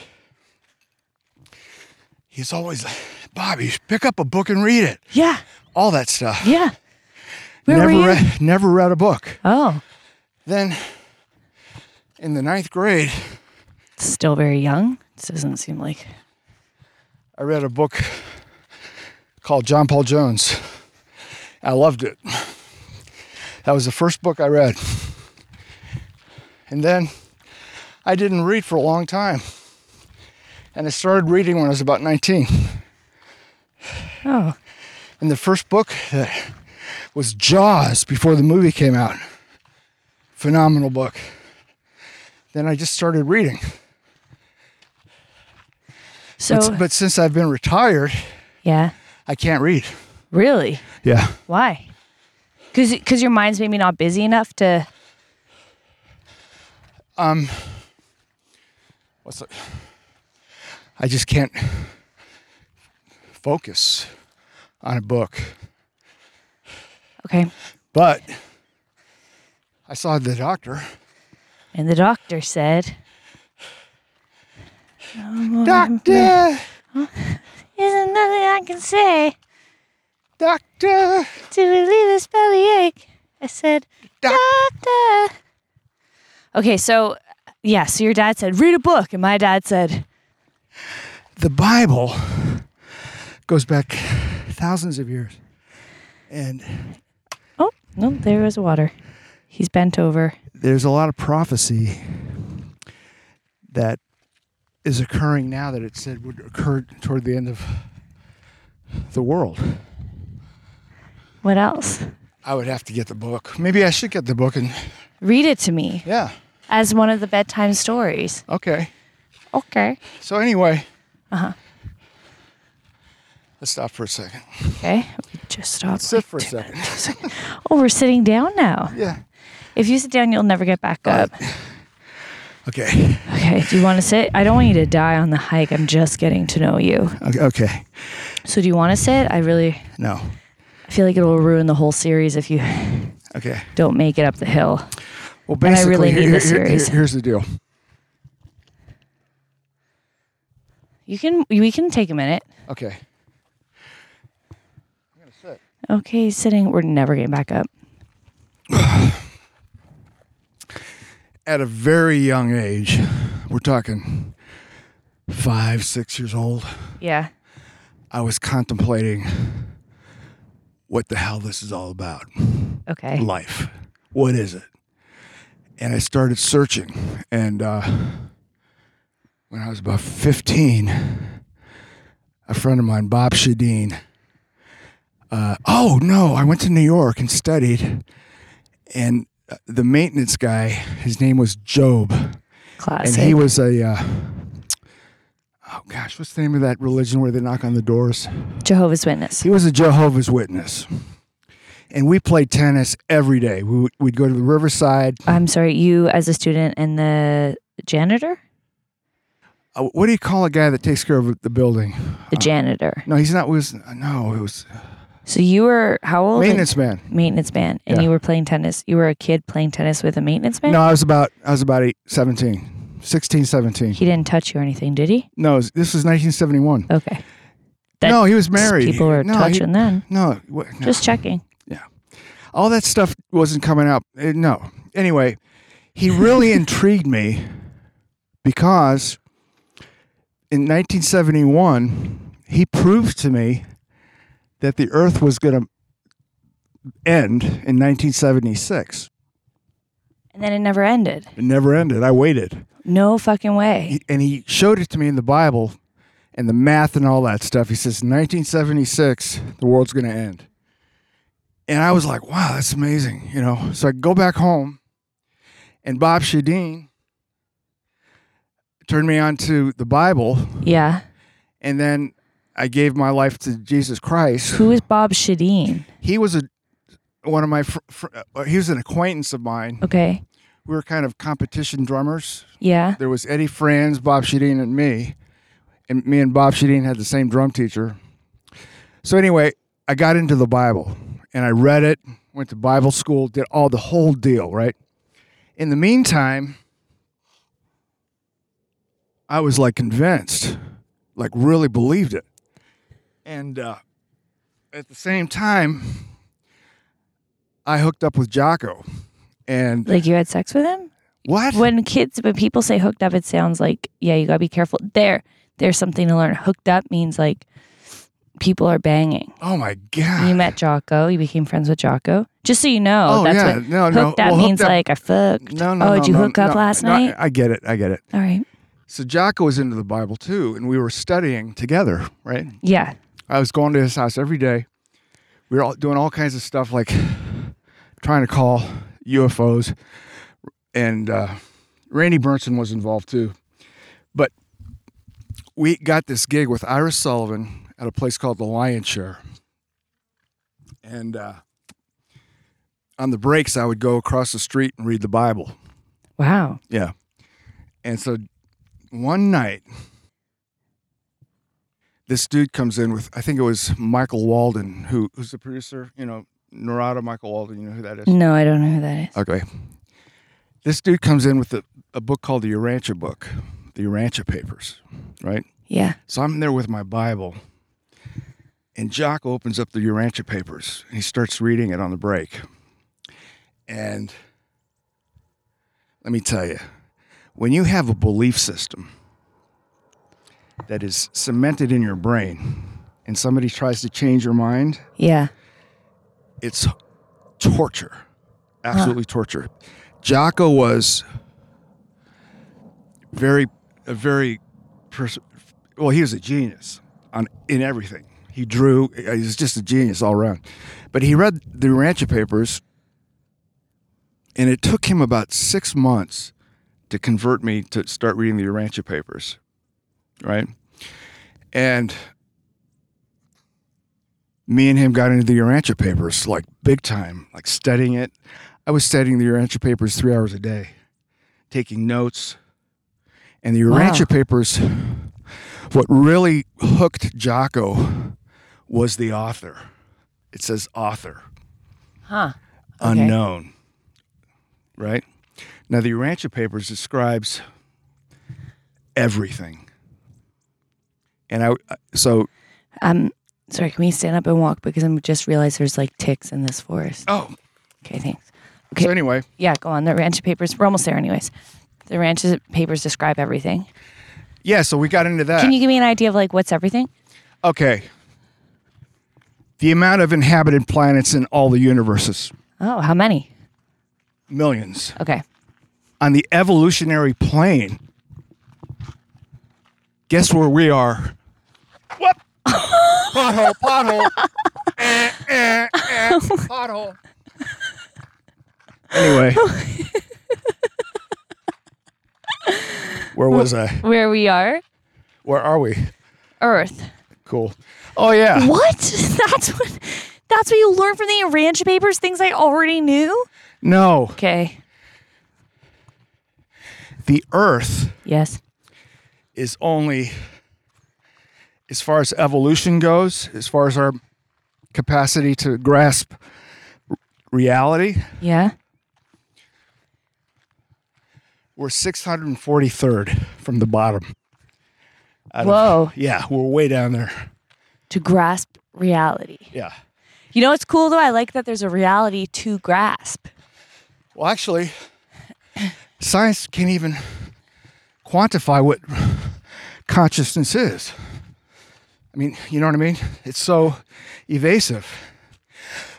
he's always like, Bobby, you should pick up a book and read it.
Yeah,
All that stuff.
yeah. Where
never
were you?
read never read a book.
oh,
Then in the ninth grade,
still very young. This doesn't seem like.
I read a book called John Paul Jones. I loved it. That was the first book I read. And then I didn't read for a long time. And I started reading when I was about 19.
Oh,
And the first book that was Jaws before the movie came out. Phenomenal book. Then I just started reading.
so
but, but since I've been retired,
yeah,
I can't read.
really?
Yeah.
Why? Because your mind's maybe not busy enough to.
What's the, I just can't focus on a book.
Okay.
But I saw the doctor.
And the doctor said,
Doctor!
"Isn't nothing I can say
Doctor!
to relieve this bellyache." I said,
Doc-
"Doctor." Okay, so yeah, so your dad said read a book, and my dad said,
the Bible goes back thousands of years. And
"Oh no, there was water." He's bent over.
there's a lot of prophecy that is occurring now that it said would occur toward the end of the world.
What else?
I would have to get the book. Maybe I should get the book and
Read it to me
yeah.
as one of the bedtime stories.
Okay.
Okay.
So anyway, uh-huh. Let's stop for a second.
Okay. We Just stop.
Sit for a second.
Oh, we're sitting down now.
Yeah.
If you sit down, you'll never get back up.
Uh, Okay.
Okay. Do you want to sit? I don't want you to die on the hike. I'm just getting to know you.
Okay. okay.
So, do you want to sit? I really
No.
I feel like it'll ruin the whole series if you
Okay.
don't make it up the hill.
Well,
And I
basically,
really need
here-
this
here- here-
series.
here's the deal.
You can. We can take a minute.
Okay.
Okay, sitting. We're never getting back up.
at a very young age, we're talking five, six years old,
Yeah.
I was contemplating what the hell this is all about.
Okay.
Life. What is it? And I started searching. And uh, when I was about 15, a friend of mine, Bob Shadeen, uh, oh no, I went to New York and studied. And uh, the maintenance guy, his name was Job and
Classic.
he was a uh, oh gosh, what's the name of that religion where they knock on the doors?
Jehovah's Witness.
He was a Jehovah's Witness, and we played tennis every day. We would, we'd go to the Riverside.
I'm sorry. You as a student and the janitor.
Uh, what do you call a guy that takes care of the building?
The janitor.
No, he's not. Was uh, no, it was
So you were how old?
maintenance man.
maintenance man and
Yeah.
you were playing tennis you were a kid playing tennis with a maintenance man
No, I was about I was about eight, 17, 16, 17.
he didn't touch you or anything did he
No, it was- this was 1971.
okay That-
No, he was married.
people were
no, he-
touching then
No, what, no.
just checking
all that stuff wasn't coming out. Uh, No. Anyway, he really intrigued me because in 1971, he proved to me that the earth was going to end in 1976.
And then it never ended.
It never ended. I waited.
No fucking way.
He- and he showed it to me in the Bible and the math and all that stuff. He says, 1976, the world's going to end. And I was like, wow, that's amazing. You know, so I go back home and Bob Shedeen turned me on to the Bible.
Yeah.
And then I gave my life to Jesus Christ.
Who is Bob Shadeen?
He was a one of my fr- fr- uh, he was an acquaintance of mine.
Okay.
We were kind of competition drummers.
Yeah.
There was Eddie Franz, Bob Shedeen, and me. And me and Bob Shedeen had the same drum teacher. So anyway, I got into the Bible and I read it, went to Bible school, did all the whole deal, right? In the meantime, I was like convinced, like really believed it. And uh, at the same time, I hooked up with Jocko. And
Like you had sex with him?
what?
When kids, when people say hooked up, it sounds like, yeah, you gotta be careful. There, there's something to learn. Hooked up means like people are banging.
Oh my God.
You met Jocko, you became friends with Jocko. Just so you know,
Oh,
that's
yeah.
what
No,
hooked
no.
up
Well, hooked
means
up-
like I fucked.
No, no.
Oh,
no,
did you
no,
hook up
no,
last
no,
night?
I get it. I get it.
All right.
So Jocko was into the Bible too, and we were studying together, right?
Yeah.
I was going to his house every day. We were all doing all kinds of stuff, like trying to call UFOs, and uh, Randy Burnson was involved too. But we got this gig with Iris Sullivan at a place called the Lion's Share, and uh, on the breaks, I would go across the street and read the Bible.
Wow.
Yeah. And so one night, this dude comes in with, I think it was Michael Walden, who, who's the producer, you know, Narada Michael Walden, you know who that is?
No, I don't know who that is.
Okay. This dude comes in with a, a book called the Urantia Book, the Urantia Papers, right?
Yeah.
So I'm there with my Bible, and Jock opens up the Urantia papers and he starts reading it on the break. And let me tell you, when you have a belief system that is cemented in your brain and somebody tries to change your mind,
Yeah.
it's torture, absolutely torture. Jocko was very, a very, pers- well, he was a genius on in everything. He drew. He was just a genius all around. But he read the Rancher papers, and it took him about six months to convert me to start reading the Rancher papers, right? And me and him got into the Urantia papers like big time, like studying it. I was studying the Urantia papers three hours a day, taking notes. And the Urantia papers, what really hooked Jocko was the author. It says author,
Huh.
unknown, right? Now, the Urantia papers describes everything. And I, uh, so,
Um, sorry, can we stand up and walk because I'm just realized there's like ticks in this forest.
oh,
Okay, thanks.
so anyway.
Yeah, go on. The ranch papers. We're almost there, anyways. The ranch papers describe everything.
Yeah, so we got into that.
Can you give me an idea of like what's everything?
Okay. The amount of inhabited planets in all the universes,
Oh, how many?
millions.
Okay.
On the evolutionary plane, guess where we are? What? pothole, pothole. Eh, eh, eh, pothole. Anyway. Where was I?
Where we are?
Where are we?
Earth.
Cool. Oh, yeah.
What? That's what. That's what you learn from the ranch papers. Things I already knew.
No,
Okay.
the Earth.
Yes.
is only as far as evolution goes, as far as our capacity to grasp r- reality,
Yeah.
we're 643rd from the bottom. Out of-
Whoa.
yeah, we're way down there.
To grasp reality.
Yeah.
You know what's cool though? I like that there's a reality to grasp.
Well, actually, science can't even quantify what consciousness is. I mean, you know what I mean? It's so evasive.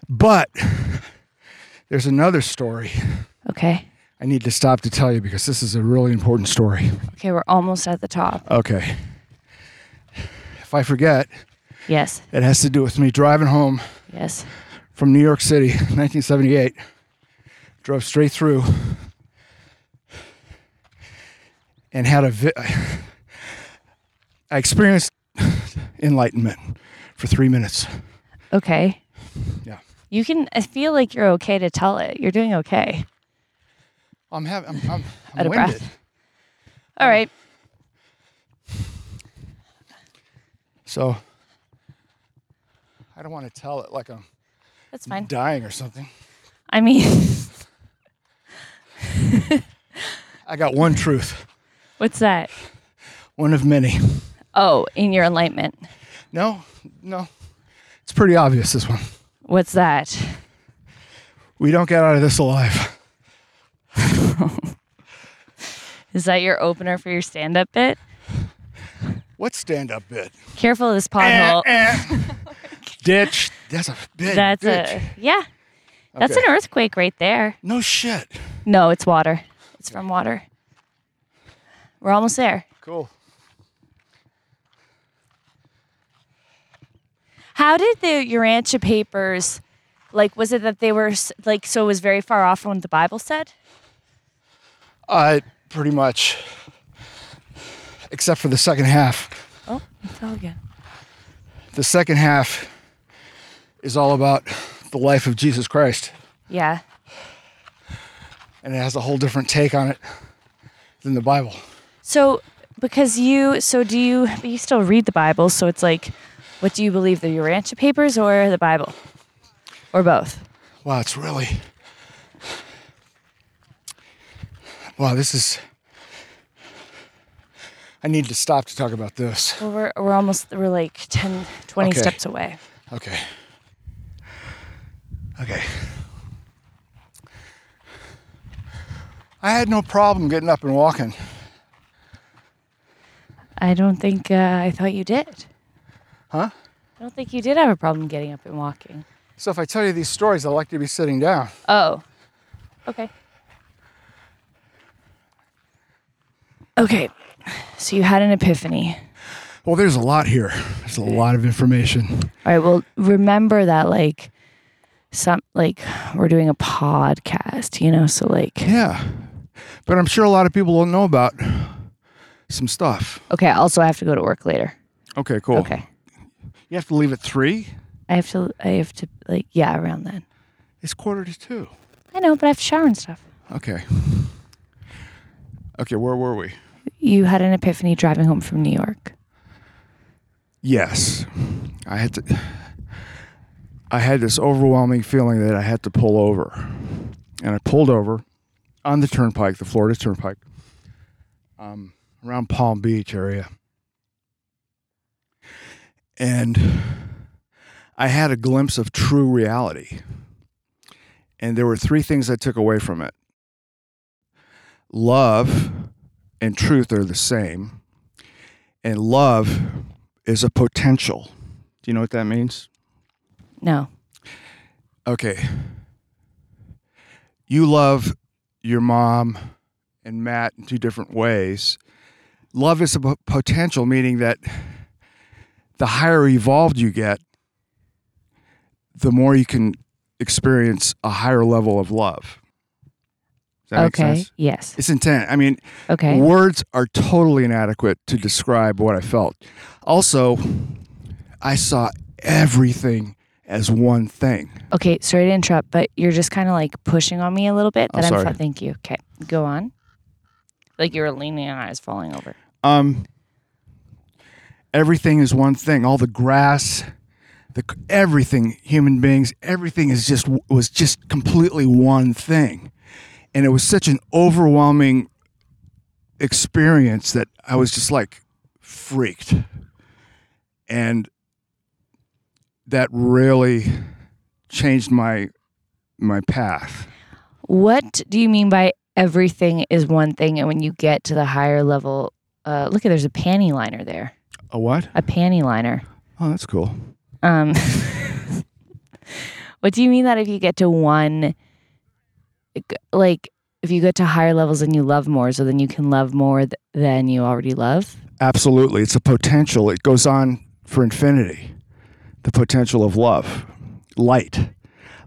But there's another story
Okay.
I need to stop to tell you because this is a really important story.
Okay, we're almost at the top.
Okay. If I forget,
Yes.
it has to do with me driving home
Yes.
from New York City, 1978. Drove straight through and had a. Vi- I experienced enlightenment for three minutes.
Okay.
Yeah.
You can I feel like you're okay to tell it. You're doing okay.
I'm having. I'm, I'm, I'm
Out of
winded.
breath. All right.
So I don't want to tell it like I'm
That's fine.
dying or something.
I mean,
I got one truth,
what's that?
one of many.
Oh, in your enlightenment.
No, no. It's pretty obvious this one.
What's that?
We don't get out of this alive.
Is that your opener for your stand up bit?
What stand up bit?
Careful of this pothole.
Eh, Ditch. That's a big
That's
ditch.
a yeah. That's
eh, Okay.
an earthquake right there.
No shit.
No, it's water. It's from water. We're almost there.
Cool.
How did the Urantia papers, like, was it that they were s- like so it was very far off from what the Bible said?
I pretty much, except for the second half.
Oh, it's all good.
The second half is all about the life of Jesus Christ,
Yeah.
and it has a whole different take on it than the Bible.
So because you, so do you? But you still read the Bible, so it's like, what do you believe, the Urantia papers or the Bible, or both?
Wow, it's really. Wow, this is. I need to stop to talk about this.
Well, we're we're almost we're like 10, 20
Okay.
steps away.
Okay. Okay. I had no problem getting up and walking.
I don't think uh, I thought you did.
Huh?
I don't think you did have a problem getting up and walking.
So if I tell you these stories, I like to be sitting down.
Oh. Okay. Okay. So you had an epiphany.
Well, there's a lot here. There's a lot of information.
All right. Well, remember that, like, some, like, we're doing a podcast, you know? So, like,
Yeah. But I'm sure a lot of people don't know about some stuff.
okay. Also, I have to go to work later.
Okay, cool.
Okay.
You have to leave at three?
I have to, I have to, like, yeah, around then.
It's quarter to two.
I know, but I have to shower and stuff.
Okay. Okay, where were we?
You had an epiphany driving home from New York.
Yes. I had to I had this overwhelming feeling that I had to pull over. And I pulled over on the turnpike, the Florida Turnpike, um, around Palm Beach area. And I had a glimpse of true reality. And there were three things I took away from it. Love and truth are the same. And love is a potential. Do you know what that means?
No.
Okay. You love your mom and Matt in two different ways. Love is a po- potential, meaning that the higher evolved you get, the more you can experience a higher level of love. Does that make
okay.
sense?
Yes.
It's intent. I mean,
Okay.
Words are totally inadequate to describe what I felt. Also, I saw everything as one thing.
Okay, sorry to interrupt, but you're just kind of like pushing on me a little bit.
Oh,
That
sorry.
I'm. Fu- thank you. Okay, go on. Like you were leaning and I was falling over.
Um, everything is one thing. All the grass, the everything, human beings, everything is just was just completely one thing, and it was such an overwhelming experience that I was just like freaked, and that really changed my my path.
What do you mean by everything is one thing, and when you get to the higher level, uh, look at there's a panty liner there,
A what?
a panty liner.
Oh, that's cool.
Um, What do you mean that if you get to one, like if you get to higher levels and you love more, so then you can love more th- than you already love?
Absolutely. It's a potential. It goes on for infinity. The potential of love, light,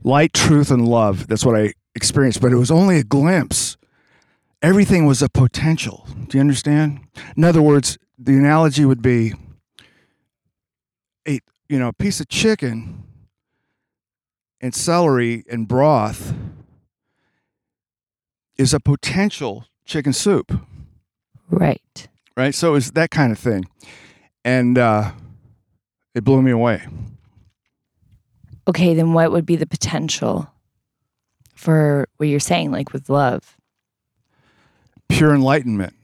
light, truth, and love. That's what I experienced, but it was only a glimpse. Everything was a potential. Do you understand? In other words, the analogy would be a you know, a piece of chicken and celery and broth is a potential chicken soup
Right.
right? So it's that kind of thing, and uh, it blew me away.
Okay, then what would be the potential for what you're saying, like with love?
Pure enlightenment.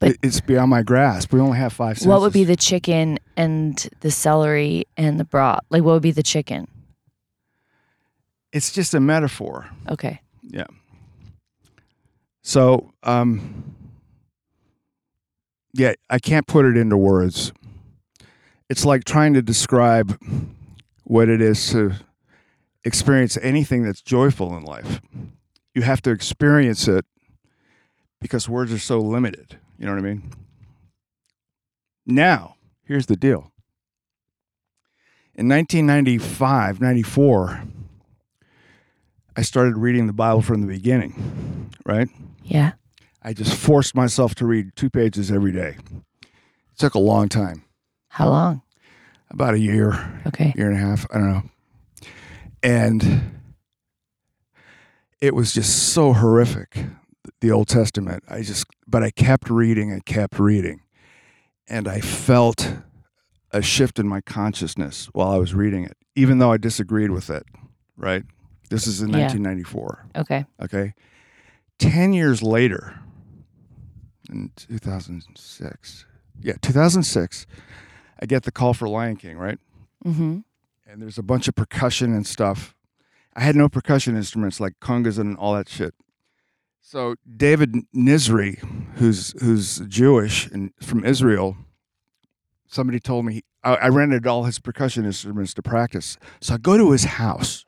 But-
It- it's beyond my grasp. We only have five senses.
What would be the chicken and the celery and the broth? Like, what would be the chicken?
It's just a metaphor.
Okay.
Yeah. So, um, yeah, I can't put it into words. It's like trying to describe what it is to experience anything that's joyful in life. You have to experience it because words are so limited. You know what I mean? Now, here's the deal. In 1995, 94, I started reading the Bible from the beginning, right?
Yeah.
I just forced myself to read two pages every day. It took a long time,
How long?
about a year,
Okay.
year and a half. I don't know. And it was just so horrific, the Old Testament. I just, but I kept reading and kept reading. And I felt a shift in my consciousness while I was reading it, even though I disagreed with it, right? This is in
Yeah.
1994.
Okay.
Okay. 10 years later, in 2006, yeah, 2006, I get the call for Lion King, right?
Mm-hmm.
and there's a bunch of percussion and stuff. I had no percussion instruments like congas and all that shit. So David Nizri, who's who's Jewish and from Israel, somebody told me I, I rented all his percussion instruments to practice. So I go to his house,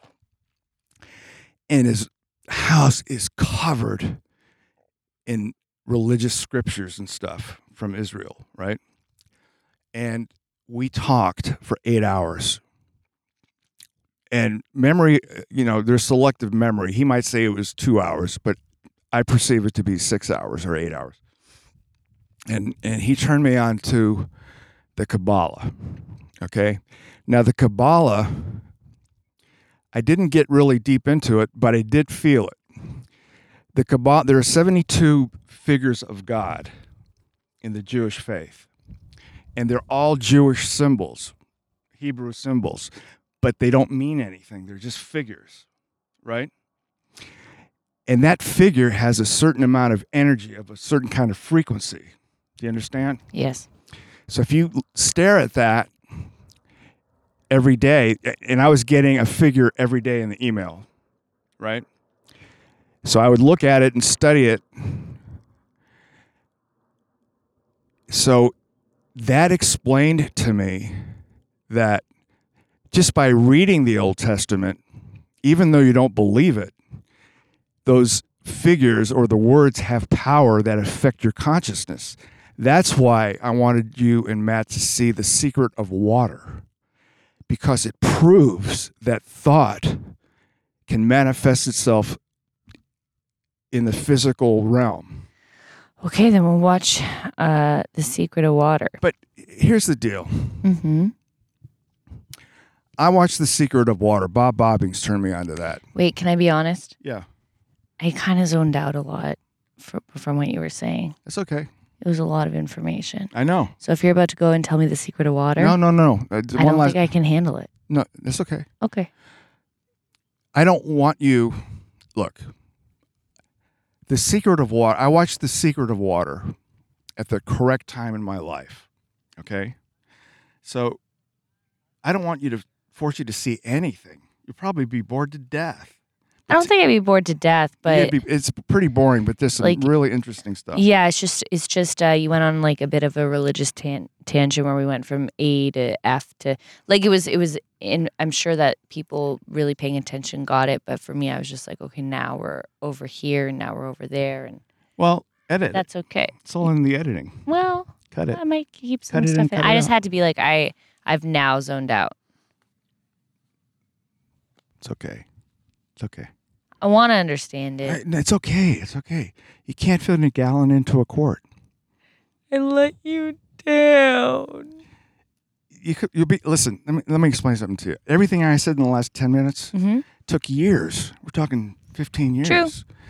and his house is covered in religious scriptures and stuff from Israel, right? And we talked for eight hours and memory you know there's selective memory he might say it was two hours but i perceive it to be six hours or eight hours and and he turned me on to the kabbalah okay now the kabbalah i didn't get really deep into it but i did feel it the kabbalah there are 72 figures of god in the jewish faith and they're all jewish symbols hebrew symbols but they don't mean anything. They're just figures, right? And that figure has a certain amount of energy of a certain kind of frequency. Do you understand?
Yes.
So if you l- stare at that every day, a- and I was getting a figure every day in the email, right? So I would look at it and study it. So that explained to me that just by reading the Old Testament, even though you don't believe it, those figures or the words have power that affect your consciousness. That's why I wanted you and Matt to see the secret of water, because it proves that thought can manifest itself in the physical realm.
Okay, then we'll watch uh, The Secret of Water.
But here's the deal
Mm-hmm.
I watched The Secret of Water. Bob Bobbings turned me onto that.
Wait, can I be honest?
Yeah,
I kind of zoned out a lot from, from what you were saying.
that's okay.
It was a lot of information.
I know.
So if you're about to go and tell me The Secret of Water,
No, no, no.
I
Uh, one
don't
last-
think I can handle it.
no, that's okay.
Okay.
I don't want you. Look, The Secret of Water. I watched The Secret of Water at the correct time in my life. Okay, so I don't want you to force you to see anything. You'll probably be bored to death.
I don't think I'd be bored to death,
Yeah,
but
it'd be- it's pretty boring, but there's some
Like-
really interesting stuff.
yeah, it's just it's just uh, you went on like a bit of a religious tan- tangent where we went from A to F to like it was it was in. I'm sure that people really paying attention got it, but for me, I was just like, okay, now we're over here, and now we're over there, and
Well, edit. it.
that's okay.
it's all in the editing.
Well,
Cut it.
I might keep some
Cut it in,
stuff in.
cut it
I just
out.
had to be like, I I've now zoned out.
It's okay. It's okay.
I want to understand it.
Right, no, It's okay. It's okay. You can't fit a gallon into a quart.
I let you down.
You could, you'll be listen. Let me, let me explain something to you. Everything I said in the last ten minutes
hmm
took years. We're talking fifteen years.
True.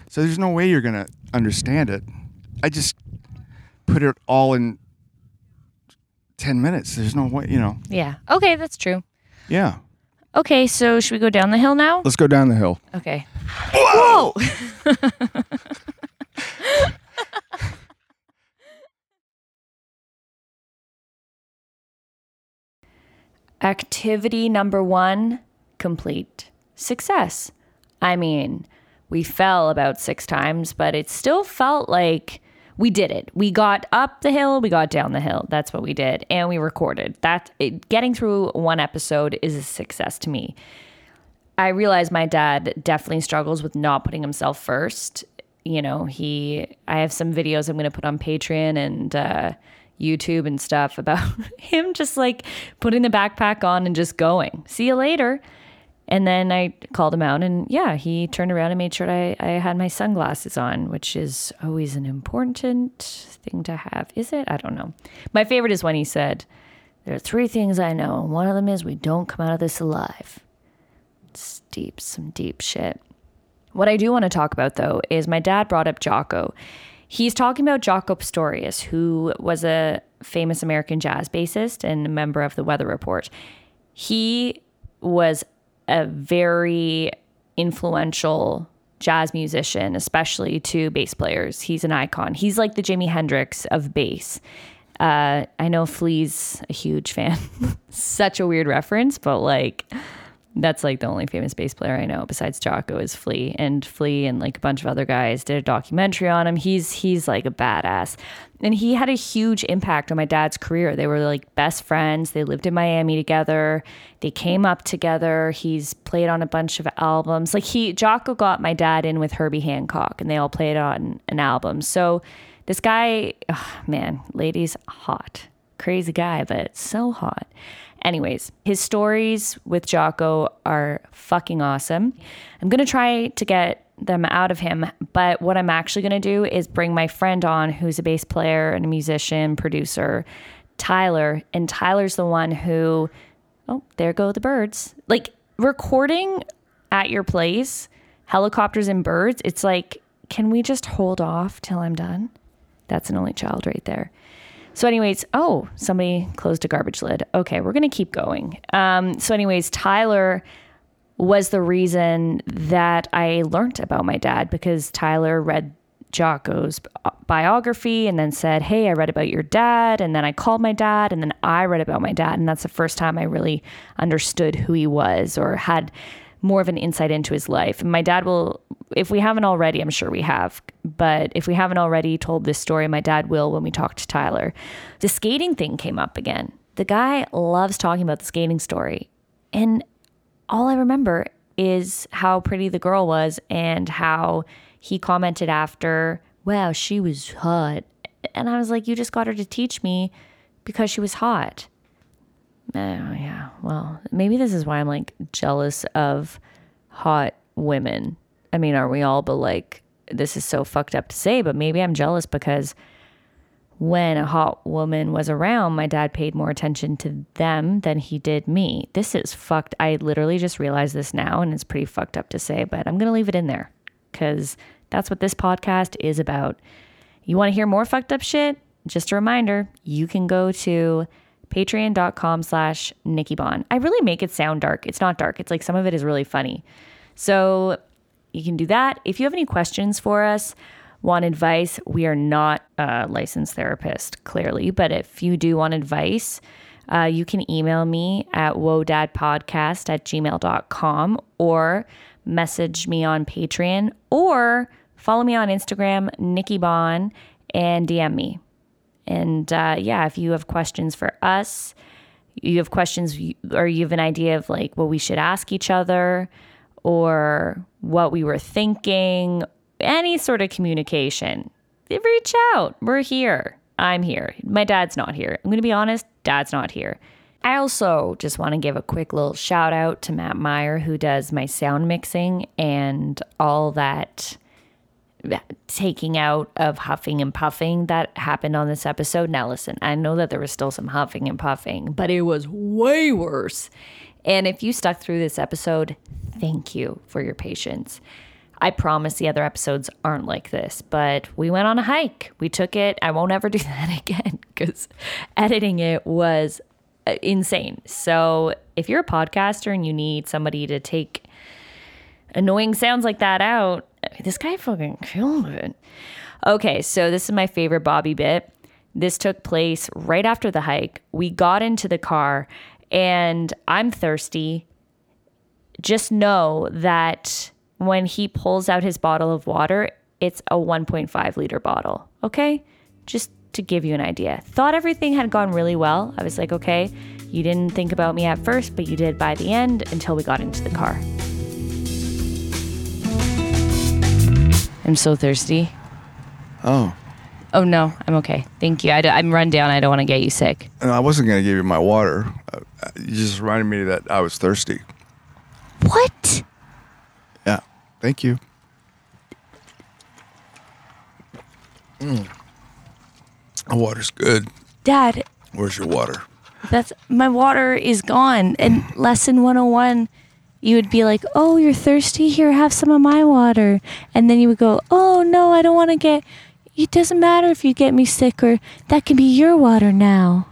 So there's no way you're gonna understand it. I just put it all in ten minutes. There's no way. You know.
Yeah. Okay, that's true.
Yeah.
Okay, so should we go down the hill now?
Let's go down the hill.
Okay.
Whoa.
Activity number one complete. Success. I mean, we fell about six times, but it still felt like we did it. We got up the hill, we got down the hill. That's what we did. And we recorded. That it, getting through one episode is a success to me. I realize my dad definitely struggles with not putting himself first. You know, he, I have some videos I'm going to put on Patreon and uh, YouTube and stuff about him just like putting the backpack on and just going. See you later. And then I called him out, and yeah, he turned around and made sure I, I had my sunglasses on, which is always an important thing to have, is it? I don't know. My favorite is when he said, There are three things I know, and one of them is we don't come out of this alive it's deep, some deep shit. What I do want to talk about though is my dad brought up Jocko. He's talking about Jocko Pastorius, who was a famous American jazz bassist and a member of the Weather Report. He was a very influential jazz musician, especially to bass players. He's an icon. He's like the Jimi Hendrix of bass. Uh, I know Flea's a huge fan. Such a weird reference, but like that's like the only famous bass player I know besides Jocko is Flea and Flea and like a bunch of other guys did a documentary on him. He's he's like a badass. And he had a huge impact on my dad's career. They were like best friends. They lived in Miami together. They came up together. He's played on a bunch of albums. Like he Jocko got my dad in with Herbie Hancock and they all played on an album. So this guy, ugh, man, ladies hot crazy guy, but so hot. Anyways, his stories with Jocko are fucking awesome. I'm going to try to get them out of him, but what I'm actually going to do is bring my friend on who's a bass player and a musician, producer, Tyler, and Tyler's the one who oh, there go the birds. Like recording at your place, helicopters and birds, it's like can we just hold off till I'm done? That's an only child right there. So, anyways, oh, somebody closed a garbage lid. Okay, we're going to keep going. Um, so, anyways, Tyler was the reason that I learned about my dad because Tyler read Jocko's biography and then said, Hey, I read about your dad. And then I called my dad and then I read about my dad. And that's the first time I really understood who he was or had more of an insight into his life. And my dad will, if we haven't already, I'm sure we have, but if we haven't already told this story, my dad will when we talk to Tyler. The skating thing came up again. The guy loves talking about the skating story. And all I remember is how pretty the girl was and how he commented after, wow, she was hot. And I was like, you just got her to teach me because she was hot. Oh, yeah. Well, maybe this is why I'm like jealous of hot women. I mean, are we all, but like, this is so fucked up to say, but maybe I'm jealous because when a hot woman was around, my dad paid more attention to them than he did me. This is fucked. I literally just realized this now, and it's pretty fucked up to say, but I'm going to leave it in there because that's what this podcast is about. You want to hear more fucked up shit? Just a reminder, you can go to patreon.com slash Nikki Bond. I really make it sound dark. It's not dark. It's like some of it is really funny. So you can do that. If you have any questions for us, want advice, we are not a licensed therapist, clearly, but if you do want advice, uh, you can email me at wodadpodcast at gmail.com or message me on Patreon or follow me on Instagram, Nikki Bon, and DM me. And uh, yeah, if you have questions for us, you have questions you- or you have an idea of like what we should ask each other or what we were thinking, any sort of communication, reach out. We're here. I'm here. My dad's not here. I'm going to be honest, dad's not here. I also just want to give a quick little shout out to Matt Meyer, who does my sound mixing and all that taking out of huffing and puffing that happened on this episode. Now, listen, I know that there was still some huffing and puffing, but it was way worse. And if you stuck through this episode, thank you for your patience. I promise the other episodes aren't like this, but we went on a hike. We took it. I won't ever do that again because editing it was uh, insane. So, if you're a podcaster and you need somebody to take annoying sounds like that out. This guy fucking killed it. Okay, so this is my favorite Bobby bit. This took place right after the hike. We got into the car and I'm thirsty. Just know that when he pulls out his bottle of water, it's a 1.5 liter bottle, okay? Just to give you an idea. Thought everything had gone really well. I was like, okay, you didn't think about me at first, but you did by the end until we got into the car. I'm so thirsty.
Oh,
Oh no, I'm okay. Thank you. I am run down. I don't want to get you sick.
and I wasn't going to give you my water. Uh, uh, You just reminded me that I was thirsty.
What?
Yeah. Thank you. Mm. The water's good.
Dad,
Where's your water?
that's my water is gone. And lesson 101, you would be like, "Oh, you're thirsty? Here, have some of my water." And then you would go, "Oh no, I don't want to get. It doesn't matter if you get me sick or that can be your water now."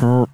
All